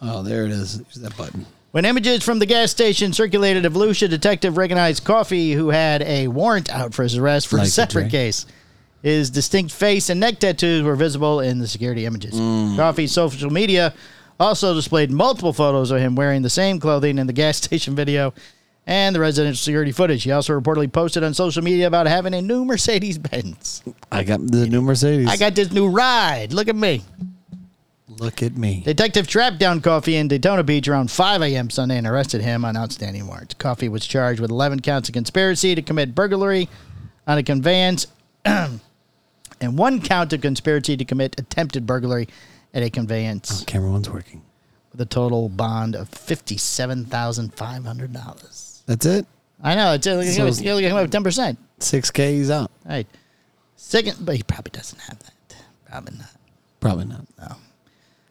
Speaker 3: Oh, there it is. Use that button.
Speaker 2: When images from the gas station circulated of Lucia, detective recognized Coffee, who had a warrant out for his arrest for
Speaker 3: Like
Speaker 2: a
Speaker 3: the
Speaker 2: separate
Speaker 3: drink.
Speaker 2: case. His distinct face and neck tattoos were visible in the security images. Coffee's social media also displayed multiple photos of him wearing the same clothing in the gas *laughs* station video and the residential security footage. He also reportedly posted on social media about having a new Mercedes Benz.
Speaker 3: I got the new Mercedes.
Speaker 2: I got this new ride. Look at me.
Speaker 3: Look at me.
Speaker 2: Detective trapped down Coffee in Daytona Beach around 5 a.m. Sunday and arrested him on outstanding warrants. Coffee was charged with 11 counts of conspiracy to commit burglary on a conveyance *clears throat* and one count of conspiracy to commit attempted burglary at a conveyance
Speaker 3: Camera one's working.
Speaker 2: with a total bond of $57,500.
Speaker 3: That's it.
Speaker 2: I know. It's, uh, it's,
Speaker 3: So-
Speaker 2: it's, you're looking at 10%.
Speaker 3: Six K. He's out.
Speaker 2: All right. Second, but he probably doesn't have that. Probably not.
Speaker 3: Probably not.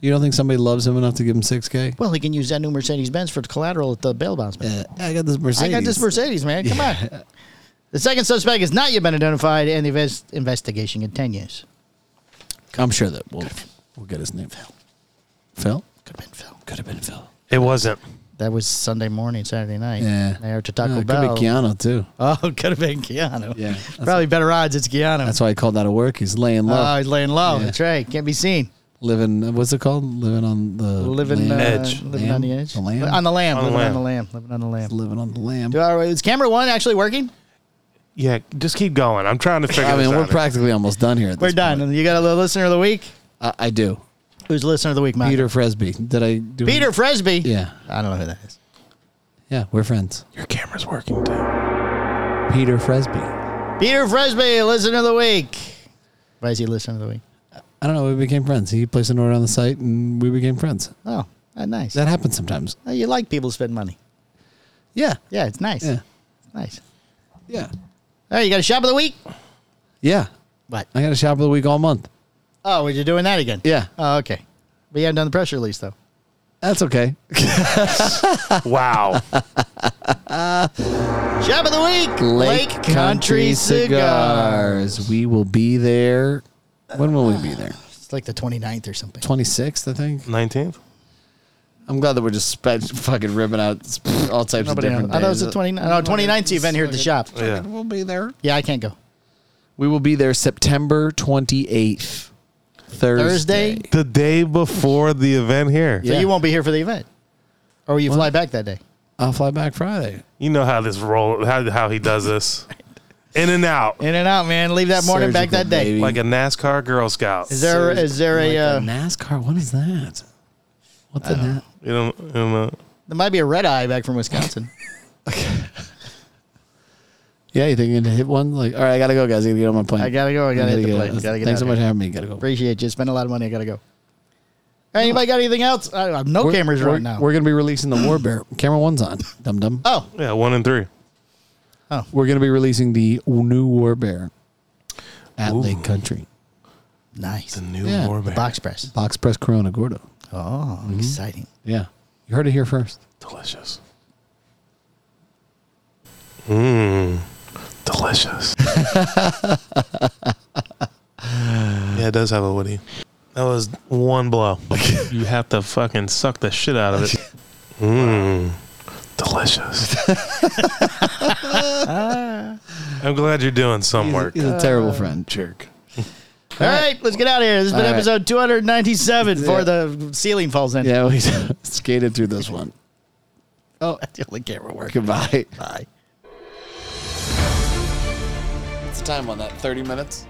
Speaker 3: You don't think somebody loves him enough to give him six k?
Speaker 2: Well, he can use that new Mercedes Benz for collateral at the bail bonds. man.
Speaker 3: Uh, I got this Mercedes.
Speaker 2: I got this Mercedes, man. Come on. The second suspect has not yet been identified, and the inves- investigation continues.
Speaker 3: I'm sure that we'll we'll get his name. Phil. Phil
Speaker 2: Could have been Phil.
Speaker 3: could have been Phil.
Speaker 1: It wasn't.
Speaker 2: That was Sunday morning, Saturday night.
Speaker 3: Yeah.
Speaker 2: They are to Taco
Speaker 3: No, it
Speaker 2: Bell.
Speaker 3: Could be Keanu too.
Speaker 2: Oh, *laughs* could have been Keanu.
Speaker 3: Yeah, that's
Speaker 2: Probably better odds it's Keanu.
Speaker 3: That's why I called that of work. He's laying low,
Speaker 2: Oh, he's laying low.
Speaker 3: Yeah.
Speaker 2: That's right. Can't be seen.
Speaker 3: living. What's it called? Living on the
Speaker 2: Living uh,
Speaker 3: land.
Speaker 1: Edge.
Speaker 2: Living
Speaker 3: Lamb?
Speaker 2: on the edge.
Speaker 3: The lamb?
Speaker 2: On the lamb.
Speaker 1: On the
Speaker 2: living
Speaker 1: lamb.
Speaker 2: on the lamb. Living on the lamb.
Speaker 3: living on the lamb.
Speaker 2: uh, Do our, is camera one actually working?
Speaker 1: Yeah, just keep going. I'm trying to figure
Speaker 3: I
Speaker 1: this
Speaker 3: mean, we're
Speaker 1: out.
Speaker 3: practically almost done here. At
Speaker 2: We're
Speaker 3: this
Speaker 2: done.
Speaker 3: point.
Speaker 2: And You got a little listener of the week?
Speaker 3: I, I do.
Speaker 2: Who's listener of the week, Mike?
Speaker 3: Peter Fresby. Did I do?
Speaker 2: Peter Fresby.
Speaker 3: Yeah,
Speaker 2: I don't know who that is.
Speaker 3: yeah. We're friends.
Speaker 1: Your camera's working too.
Speaker 3: Peter Fresby.
Speaker 2: Peter Fresby, listener of the week. Why is he listener of the week?
Speaker 3: I don't know. We became friends. He placed an order on the site, and we became friends.
Speaker 2: Oh, that's nice.
Speaker 3: That happens sometimes.
Speaker 2: Oh, you like people to spend money.
Speaker 3: Yeah,
Speaker 2: Yeah, it's nice.
Speaker 3: yeah,
Speaker 2: Nice.
Speaker 3: yeah,
Speaker 2: All right, you got a shop of the week?
Speaker 3: yeah.
Speaker 2: What?
Speaker 3: I got a shop of the week all month.
Speaker 2: Oh, well, you're doing that again?
Speaker 3: Yeah,
Speaker 2: Oh, okay. But you haven't done the press release, though.
Speaker 3: that's okay.
Speaker 1: Wow. *laughs*
Speaker 2: Shop of the week Lake, Country, Cigar.
Speaker 3: We will be there. When will we
Speaker 2: *sighs*
Speaker 3: be there?
Speaker 2: It's like the 29th or something.
Speaker 3: Twenty sixth, I think.
Speaker 1: 19th?
Speaker 3: I'm glad that we're just spe- *laughs* fucking ripping out s- all types
Speaker 2: Nobody
Speaker 3: of
Speaker 2: knows.
Speaker 3: different.
Speaker 2: I thought it was
Speaker 3: days.
Speaker 2: the 29th. No, 29th event here at the shop.
Speaker 1: *laughs* Yeah.
Speaker 3: We'll be there.
Speaker 2: Yeah, I can't go.
Speaker 3: We will be there September 28th, Thursday.
Speaker 2: Thursday?
Speaker 1: The day before the event here.
Speaker 2: So
Speaker 3: Yeah.
Speaker 2: you won't be here for the event. Or you fly back that day.
Speaker 3: I'll fly back Friday.
Speaker 1: You know how this roll, how, how he does this. In and out. *laughs*
Speaker 2: In and out, man. Leave that morning back that
Speaker 3: Surgical,
Speaker 2: day.
Speaker 3: baby.
Speaker 1: Like a NASCAR Girl Scout.
Speaker 2: Is there is there a uh,
Speaker 3: Like NASCAR? What is that? What's in that?
Speaker 1: You don't, you don't know. uh,
Speaker 2: there might be a red eye back from Wisconsin.
Speaker 3: Yeah, you think you're gonna hit one? Like, all right, I gotta go, guys. I gotta get on my plane.
Speaker 2: I gotta go. I gotta hit the plane. Gotta get out
Speaker 3: Thanks so
Speaker 2: of
Speaker 3: much for
Speaker 2: here.
Speaker 3: having me. Gotta go.
Speaker 2: Appreciate you. Spent a lot of money. I gotta go. Anybody got anything else? I have no
Speaker 3: We're-
Speaker 2: cameras
Speaker 3: we're-
Speaker 2: right now.
Speaker 3: We're gonna be releasing the War Bear. Camera one's on. Dum dum.
Speaker 2: oh,
Speaker 1: Yeah, one and three.
Speaker 3: We're gonna be releasing the new War Bear at Lake Country.
Speaker 2: nice.
Speaker 1: The new
Speaker 3: Yeah.
Speaker 1: War Bear.
Speaker 2: Box press.
Speaker 3: Box Press Corona Gordo.
Speaker 2: Oh,
Speaker 3: Mm-hmm.
Speaker 2: exciting.
Speaker 3: Yeah, you heard it here first.
Speaker 1: Delicious. Mmm.
Speaker 3: *laughs*
Speaker 1: Delicious. yeah, it does have a woody. That was one blow. *laughs* you have to fucking suck the shit out of it. Mmm. *laughs* Delicious. I'm glad you're doing some work.
Speaker 3: He's a terrible friend. Jerk.
Speaker 2: All right, let's get out of here. This has been
Speaker 3: All right.
Speaker 2: episode 297
Speaker 3: Yeah.
Speaker 2: before the ceiling falls in.
Speaker 3: Yeah, we *laughs* skated through this one.
Speaker 2: *laughs* Oh, the only camera work.
Speaker 3: Goodbye.
Speaker 2: Bye.
Speaker 3: What's the time on that? 30 minutes?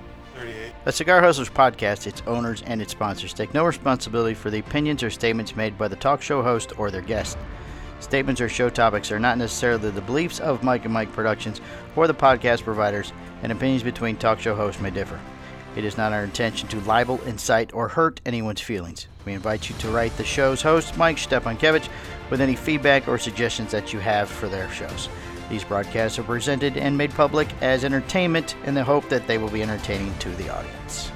Speaker 2: The Cigar Hustlers podcast, its owners, and its sponsors take no responsibility for the opinions or statements made by the talk show host or their guest. Statements or show topics are not necessarily the beliefs of Mike and Mike Productions or the podcast providers, and opinions between talk show hosts may differ. It is not our intention to libel, incite, or hurt anyone's feelings. We invite you to write the show's host, Mike Stepankevich, with any feedback or suggestions that you have for their shows. These broadcasts are presented and made public as entertainment in the hope that they will be entertaining to the audience.